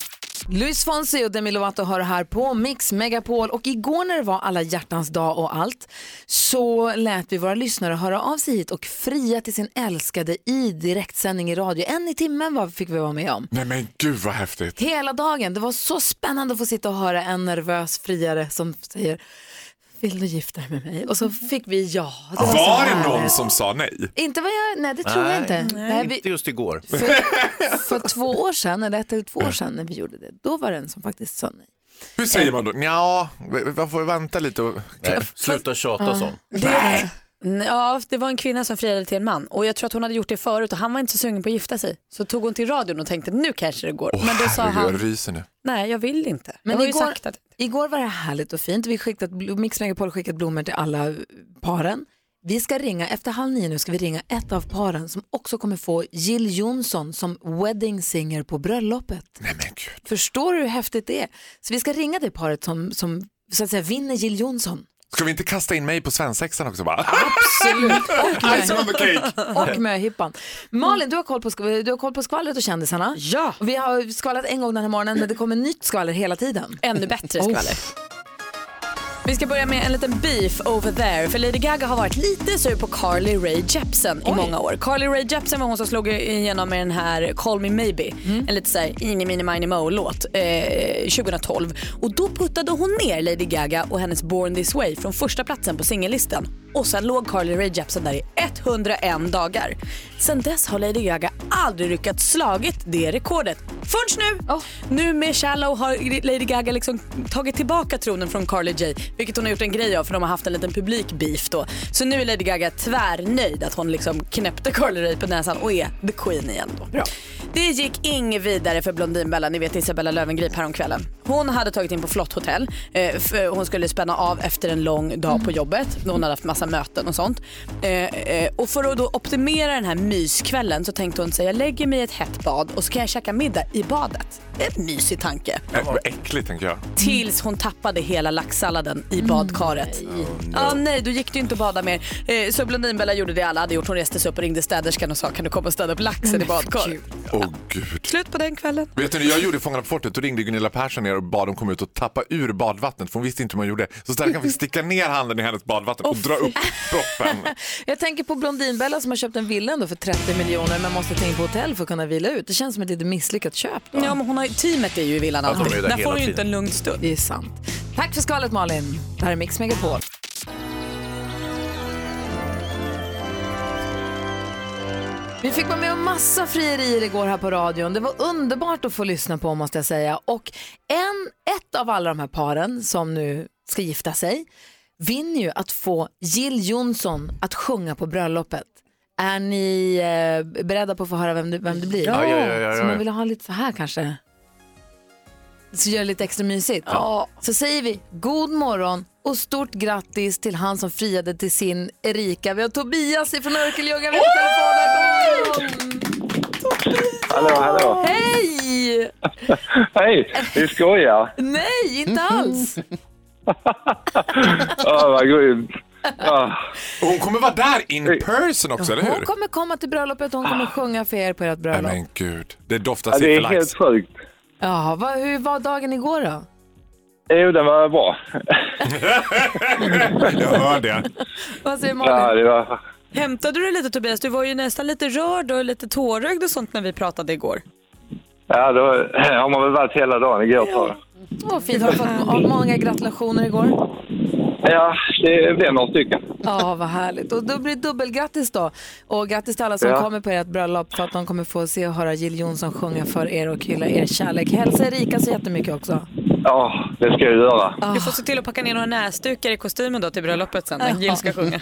Luis Fonsi och Demi Lovato hör här på Mix Megapol och igår när det var alla hjärtans dag och allt så lät vi våra lyssnare höra av sig hit och fria till sin älskade i direktsändning i radio. En i timmen var, fick vi vara med om.
Nej men gud vad häftigt.
Hela dagen. Det var så spännande att få sitta och höra en nervös friare som säger vill du gifta dig med mig? Och så fick vi ja. Det var, så
Var det
härligt.
någon som sa nej?
Inte vad jag, nej det tror jag inte. Nej, vi,
Inte just igår.
för två år sedan, eller ett eller två år sedan när vi gjorde det, då var det en som faktiskt sa nej.
Hur säger man då? Ja, man får vänta lite. Och...
sluta tjata
Ja. Det, ja, det var en kvinna som friade till en man och jag tror att hon hade gjort det förut och han var inte så sugen på att gifta sig. Så tog hon till radion och tänkte nu kanske det går. Men då sa
Herregud,
han,
jag ryser nu.
nej jag vill inte.
Men
jag har ju
igår,
sagt att
igår var det härligt och fint. Vi skickat, Mix Megapol har skickat blommor till alla paren. Vi ska ringa, efter halv nio nu ska vi ringa ett av paren som också kommer få Jill Johnson som wedding singer på bröllopet. Förstår du hur häftigt det är? Så vi ska ringa det paret som, som så att säga vinner Jill Johnson.
Ska vi inte kasta in mig på svensexan också bara?
Absolut.
Icing on the cake.
och möhippan. Malin, du har, koll på, sk- du har koll på skvallret och kändisarna. Ja. Vi har skvallrat en gång den här morgonen, men det kommer nytt skvaller hela tiden.
Ännu bättre skvaller. Vi ska börja med en liten beef over there. För Lady Gaga har varit lite sur på Carly Rae Jepsen i många år. Carly Rae Jepsen var hon som slog igenom med den här Call Me Maybe. En lite såhär eeny meeny miny mo låt eh, 2012. Och då puttade hon ner Lady Gaga och hennes Born This Way från första platsen på singellistan. Och sen låg Carly Rae Jepsen där i 101 dagar. Sen dess har Lady Gaga aldrig lyckats slagit det rekordet. Först nu! Nu med Shallow har Lady Gaga liksom tagit tillbaka tronen från Carly J, vilket hon har gjort en grej av för de har haft en liten publikbeef då. Så nu är Lady Gaga tvärnöjd att hon liksom knäppte Carly Rae på näsan och är the queen igen då. Det gick inget vidare för Blondinbella, ni vet Isabella Löwengrip häromkvällen. Hon hade tagit in på flott hotell. Eh, för hon skulle spänna av efter en lång dag på jobbet. Hon hade haft massa möten och sånt. Eh, eh, och för att då optimera den här myskvällen så tänkte hon sig jag lägger mig i ett hett bad och så kan jag käka middag i badet. En mysig tanke.
Äh, Vad äckligt tänker jag.
Tills hon tappade hela laxsalladen i badkaret. ah, Mm. nej, då gick det ju inte att bada mer. Eh, så Blondinbella gjorde det alla hade gjort. Hon reste sig upp och ringde städerskan och sa kan du komma och städa upp laxen i badkaret.
Åh gud.
Slut på den kvällen.
Vet ni, jag gjorde Fångarna på fortet. Då ringde Gunilla Persson ner och bad dem komma ut och tappa ur badvattnet för hon visste inte hur man gjorde. Så Sterkan fick sticka ner handen i hennes badvatten och dra upp proppen.
Jag tänker på Blondinbella som har köpt en villa ändå för 30 miljoner men måste ta in på hotell för att kunna vila ut. Det känns som ett litet misslyckat köp. Då.
Ja, men hon har, teamet är ju i villan
Ja, de är ju
alltid.
där
där
hela
får hon ju inte
tiden.
en lugn stund.
Det är sant. Tack för skvallret Malin. Det här är Mix Megapol. Vi fick vara med om massa frierier igår här på radion. Det var underbart att få lyssna på måste jag säga. Och en, ett av alla de här paren som nu ska gifta sig vinner ju att få Jill Johnson att sjunga på bröllopet. Är ni eh, beredda på att få höra vem det, vem det blir?
Ja, ja, ja, ja,
Så
ja.
man vill ha lite så här kanske. Så gör det lite extra mysigt. Så säger vi god morgon och stort grattis till han som friade till sin Erika. Vi har Tobias ifrån Örkelljunga med på telefonen.
Hallå, hallå.
Hej!
Hej, du skojar?
Nej, inte alls.
Åh, vad grymt. Åh.
Hon kommer vara där in person också, eller
Hon
hur?
kommer komma till bröllopet och hon
Ah.
kommer sjunga för er på ert
Nej
bröllop.
men gud, det doftar
Ja, det är
sifferlax.
helt sjukt.
Ja, vad, hur var dagen igår då?
Jo, den var bra.
Jag hör det.
Vad säger Malin?
Ja, det var...
Hämtade du lite Tobias? Du var ju nästan lite rörd och lite tårögd och sånt när vi pratade igår.
Ja, då har man väl varit hela dagen igår tror jag.
Åh, fint. Har du fått må- många gratulationer igår?
Ja, det blev några stycken.
Ja, vad härligt. Och då blir det dubbelgrattis då. Och grattis till alla som
Ja.
kommer på ert bröllop för att de kommer få se och höra Jill Johnson sjunga för er och hylla er kärlek. Hälsa Erika så jättemycket också.
Ja, det ska jag göra.
Du får se till att packa ner några näsdukar i kostymen då till bröllopet sen när Jill ska sjunga.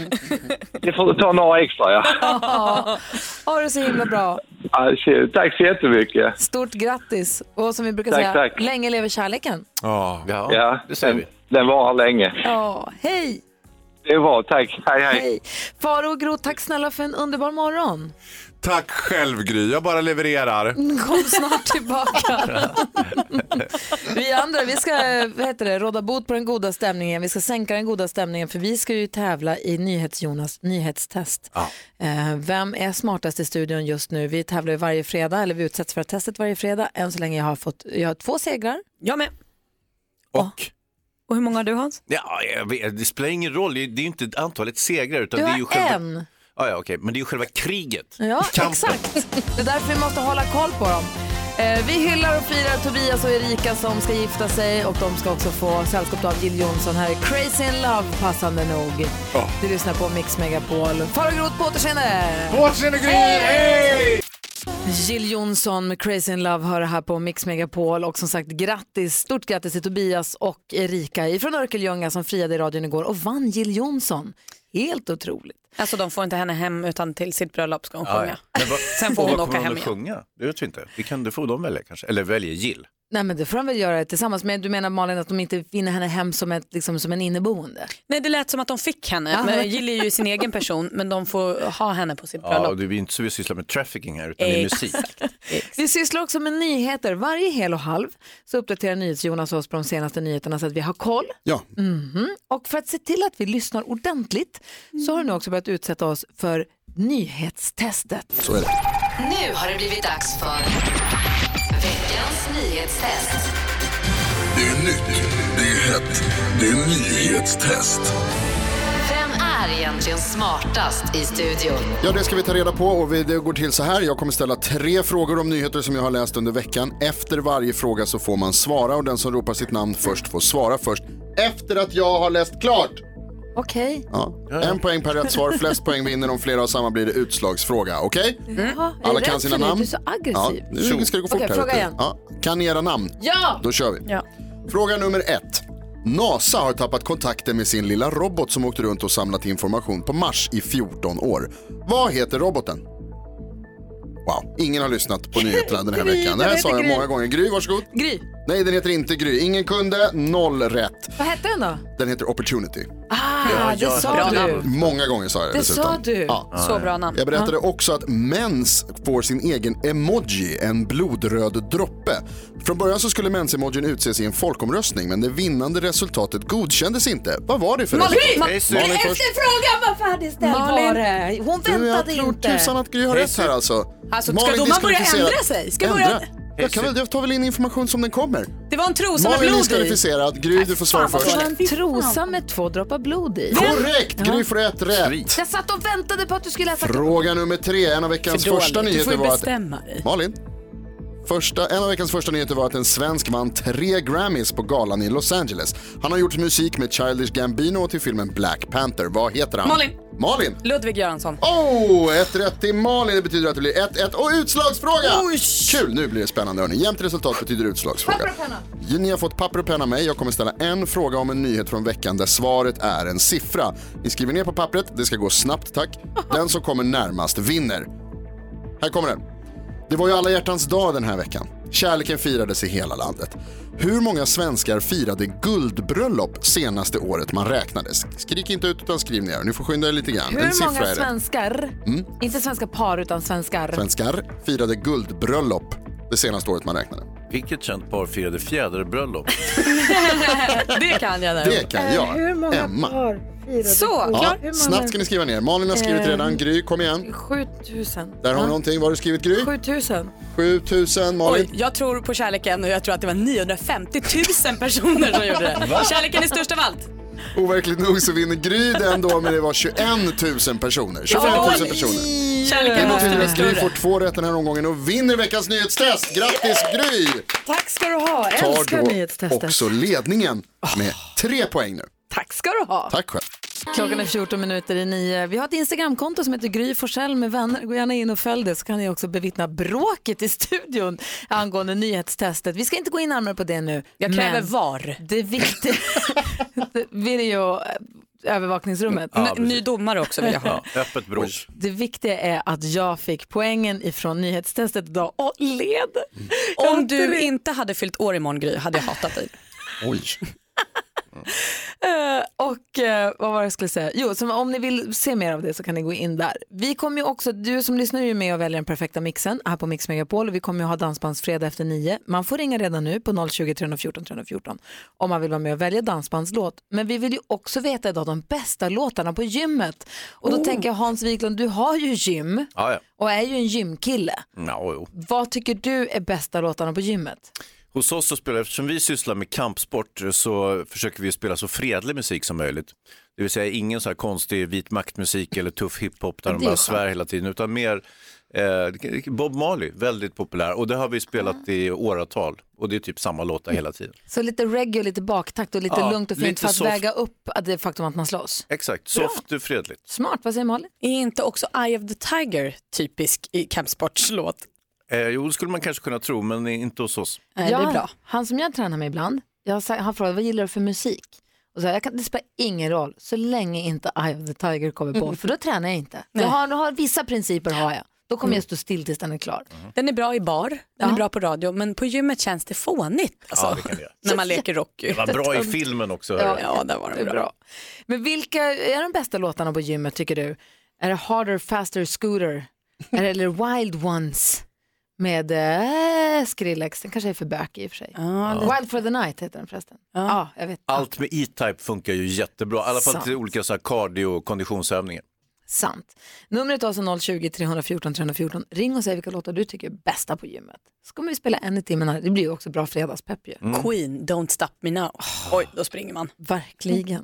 Ni får ta några extra, ja.
Ja. Ha det så himla bra.
ja shit. tack så jättemycket.
Stort grattis. Och som vi brukar
Tack,
säga,
tack.
länge lever kärleken.
ja, det säger den, vi. Den varar länge.
Ja, hej!
Det var, tack. Hej, hej.
Hej. Faro och Gro, tack snälla för en underbar morgon.
Tack själv Gry, jag bara levererar.
Kom snart tillbaka. vi andra, vi ska vad heter det, råda bot på den goda stämningen. Vi ska sänka den goda stämningen för vi ska ju tävla i NyhetsJonas nyhetstest. Eh, Vem är smartast i studion just nu? Vi tävlar ju varje fredag, eller vi utsätts för testet varje fredag. Än så länge jag har fått, jag har två segrar.
Jag med.
Och?
Och hur många har du Hans?
Ja, jag vet, det spelar ingen roll, det är ju inte antalet segrar utan
Du
det är
har
ju själva...
en.
Ja, ja, okej, men det är ju själva kriget.
Ja, exakt. Det är därför vi måste hålla koll på dem. Eh, vi hyllar och firar Tobias och Erika som ska gifta sig och de ska också få sällskap av Jill Johnson Här är Crazy in Love, passande nog. Du lyssnar på Mix Megapol. Far och grot på återseende!
På återseende, Gry! Hej!
Jill Johnson med Crazy in Love hör det här på Mix Megapol och som sagt grattis, stort grattis till Tobias och Erika ifrån Örkelljunga som friade i radion igår och vann Jill Johnson. Helt otroligt.
Alltså de får inte henne hem utan till sitt bröllop ska hon
Ja,
sjunga.
ja. Men vad-
Sen får
och
hon
vad
åka
kommer
hem
att
igen.
sjunga? Det vet vi inte. Det, kan, det får de välja kanske. Eller välja Jill.
Nej men det får de väl göra tillsammans. Men du menar Malin att de inte vinner henne hem som, ett, liksom, som en inneboende?
Nej det lät som att de fick henne.
Ja.
Men Jill är ju sin egen person men de får ha henne på sitt
Ja,
bröllop.
och det är ju inte så vi sysslar med trafficking här, utan det är
Exakt.
musik.
Vi sysslar också med nyheter. Varje hel och halv så uppdaterar NyhetsJonas oss på de senaste nyheterna så att vi har koll.
Ja.
Mhm. Och för att se till att vi lyssnar ordentligt så har du nu också börjat utsätta oss för nyhetstestet.
Så är det.
Nu har det blivit dags för veckans nyhetstest.
Det är nytt, det är hett, det är nyhetstest.
Vem är egentligen smartast i studion?
Ja, det ska vi ta reda på och vi- det går till så här. Jag kommer ställa tre frågor om nyheter som jag har läst under veckan. Efter varje fråga så får man svara och den som ropar sitt namn först får svara först. Efter att jag har läst klart.
Okej.
Ja. En poäng per rätt svar, flest poäng vinner. Om flera av samma blir det utslagsfråga. Okej?
Jaha, är
Alla
det
kan
rätt
sina
för dig?
namn.
Du är så aggressiv.
Ja, nu ska det gå fort
Okej,
här.
fråga
vet du.
igen.
Ja. Kan ni era namn?
Ja!
Då kör vi. Fråga nummer ett. NASA har tappat kontakten med sin lilla robot som åkte runt och samlat information på Mars i 14 år. Vad heter roboten? Wow, ingen har lyssnat på nyheterna den här
Gry,
veckan. Det
den
här
heter
sa jag
Gry.
många gånger. Gry, varsågod.
Gry.
Nej, den heter inte Gry. Ingen kunde. Noll rätt.
Vad hette den då?
Den heter Opportunity.
Ah, det sa du.
Många gånger sa jag
Det
dessutom.
sa du. Så bra namn.
Jag berättade också att mens får sin egen emoji, en blodröd droppe. Från början så skulle mens-emojin utses i en folkomröstning, men det vinnande resultatet godkändes inte. Vad var det för resultat? Malin först.
frågan var färdigställd.
Malin.
Var det. Hon
Du,
väntade
jag tror
inte.
tusan att Gry har rätt här alltså.
Alltså, ska domaren börja
diskvalificerad.
ändra sig? Ska
ändra?
börja-
Jag, kan väl, jag tar väl in information som den kommer.
Det var en trosa med
Malin
blod i.
diskvalificerad, Gry du får svara
Fan, vad
först.
var en trosa med två droppar blod i.
Korrekt, Gry får ett rätt.
Jag satt och väntade på att du skulle läsa
Fråga nummer tre, en av veckans
För dåligt.
första
Du
nyheter
får ju
var
bestämma
att... Malin? Första, en av veckans första nyheter var att en svensk vann tre Grammys på galan i Los Angeles. Han har gjort musik med Childish Gambino och till filmen Black Panther. Vad heter han?
Malin.
Malin!
Ludvig Göransson.
Oh, ett rätt till Malin. Det betyder att det blir 1-1 och utslagsfråga! Kul, nu blir det spännande hörni. Jämnt resultat betyder utslagsfråga. Ni har fått papper och penna av mig. Jag kommer ställa en fråga om en nyhet från veckan där svaret är en siffra. Ni skriver ner på pappret, det ska gå snabbt tack. Den som kommer närmast vinner. Här kommer den. Det var ju alla hjärtans dag den här veckan. Kärleken firades i hela landet. Hur många svenskar firade guldbröllop senaste året man räknades? Skrik inte ut utan skriv ner. Ni får skynda er lite grann. en
Hur
siffra
många
är det.
svenskar,
Mm.
inte svenska par utan svenskar,
Svenskar firade guldbröllop det senaste året man räknade.
Vilket känt par firade fjäderbröllop?
det kan jag däremot.
Det kan jag. Emma.
Så,
Ja,
klar.
snabbt ska ni skriva ner. Malin har skrivit
Eh,
redan. Gry, kom igen.
7000.
Där har vi någonting. Vad har du skrivit Gry?
7000.
7000. Malin?
Oj, jag tror på kärleken och jag tror att det var 950 000 personer som gjorde det.
Va?
Kärleken är störst av allt.
Overkligt nog så vinner Gry den då, men det var 21 000 personer. 25 000 personer. Det
Kärleken måste
betyder
bli
att Gry
större.
får två rätt den här omgången och vinner veckans nyhetstest. Grattis Gry!
Tack ska du ha.
Tar
Älskar nyhetstestet.
Ah.
då också ledningen med tre poäng nu.
Tack ska du ha.
Tack själv.
Klockan är 14 minuter i nio. Vi har ett Instagramkonto som heter Gry Forssell med vänner. Gå gärna in och följ det så kan ni också bevittna bråket i studion angående nyhetstestet. Vi ska inte gå in närmare på det nu.
Jag kräver
men
VAR.
Det viktiga... Video eh, övervakningsrummet.
Ja, precis. Ny domare också vill jag ha.
Öppet bråk.
Det viktiga är att jag fick poängen ifrån nyhetstestet idag och led.
Om du inte hade fyllt år imorgon Gry hade jag hatat dig.
Oj.
Eh, och eh, vad var det jag skulle säga? Jo, så om ni vill se mer av det så kan ni gå in där. Vi kommer ju också, du som lyssnar är ju med och väljer den perfekta mixen här på Mix Megapol och vi kommer ju ha dansbandsfredag efter nio. Man får ringa redan nu på 020 314 314 om man vill vara med och välja dansbandslåt. Men vi vill ju också veta idag de bästa låtarna på gymmet. Och
Oh.
då tänker jag Hans Wiklund, du har ju gym
Ja, ja.
och är ju en gymkille.
No, jo.
Vad tycker du är bästa låtarna på gymmet?
Hos oss så spelar, eftersom vi sysslar med kampsport så försöker vi spela så fredlig musik som möjligt. Det vill säga ingen så här konstig vit maktmusik eller tuff hiphop där
Ja,
de
det är
bara
skönt.
svär hela tiden utan mer eh, Bob Marley, väldigt populär och det har vi spelat i åratal och det är typ samma låtar
Mm.
hela tiden.
Så lite reggae och lite baktakt och lite
Ja,
lugnt och fint
lite
för att
soft.
väga upp att det faktum att man slåss.
Exakt, soft och fredligt.
Smart, vad säger Malin?
Är inte också Eye of the Tiger typisk i kampsportslåt?
Eh, jo, det skulle man kanske kunna tro men inte hos oss.
Ja, Han som jag tränar med ibland, jag, sa- han frågade vad gillar du för musik? Och så, här, jag kan, det spelar ingen roll så länge inte Eye of the Tiger kommer på,
Mm.
för då tränar jag inte.
Nej. Mm.
Jag har, har, vissa principer har jag. Då kommer jag stå still tills den är klar.
Den är bra i bar, den är bra på radio, men på gymmet känns det fånigt alltså,
Ja, det kan det göra.
när man leker Rocky.
Det var bra i filmen också. hör
Ja,
jag.
ja där var
Det
den
är
bra.
bra. Men vilka är de bästa låtarna på gymmet tycker du? Är det Harder, Faster, Scooter? Är det- Eller Wild Ones med eh, Skrillex? Den kanske är för bökig i och för sig. Wild for the Night heter den förresten. Ja, jag vet.
Allt med E-Type funkar ju jättebra, i alla fall till
Sant.
olika så här cardio och konditionsövningar.
Sant. Numret är alltså 020-314 314. Ring och säg vilka låtar du tycker är bästa på gymmet. Så kommer vi spela en i timmen här. Det blir ju också bra fredagspepp ju.
Queen, Don't Stop Me Now. Oj, då springer man.
Verkligen.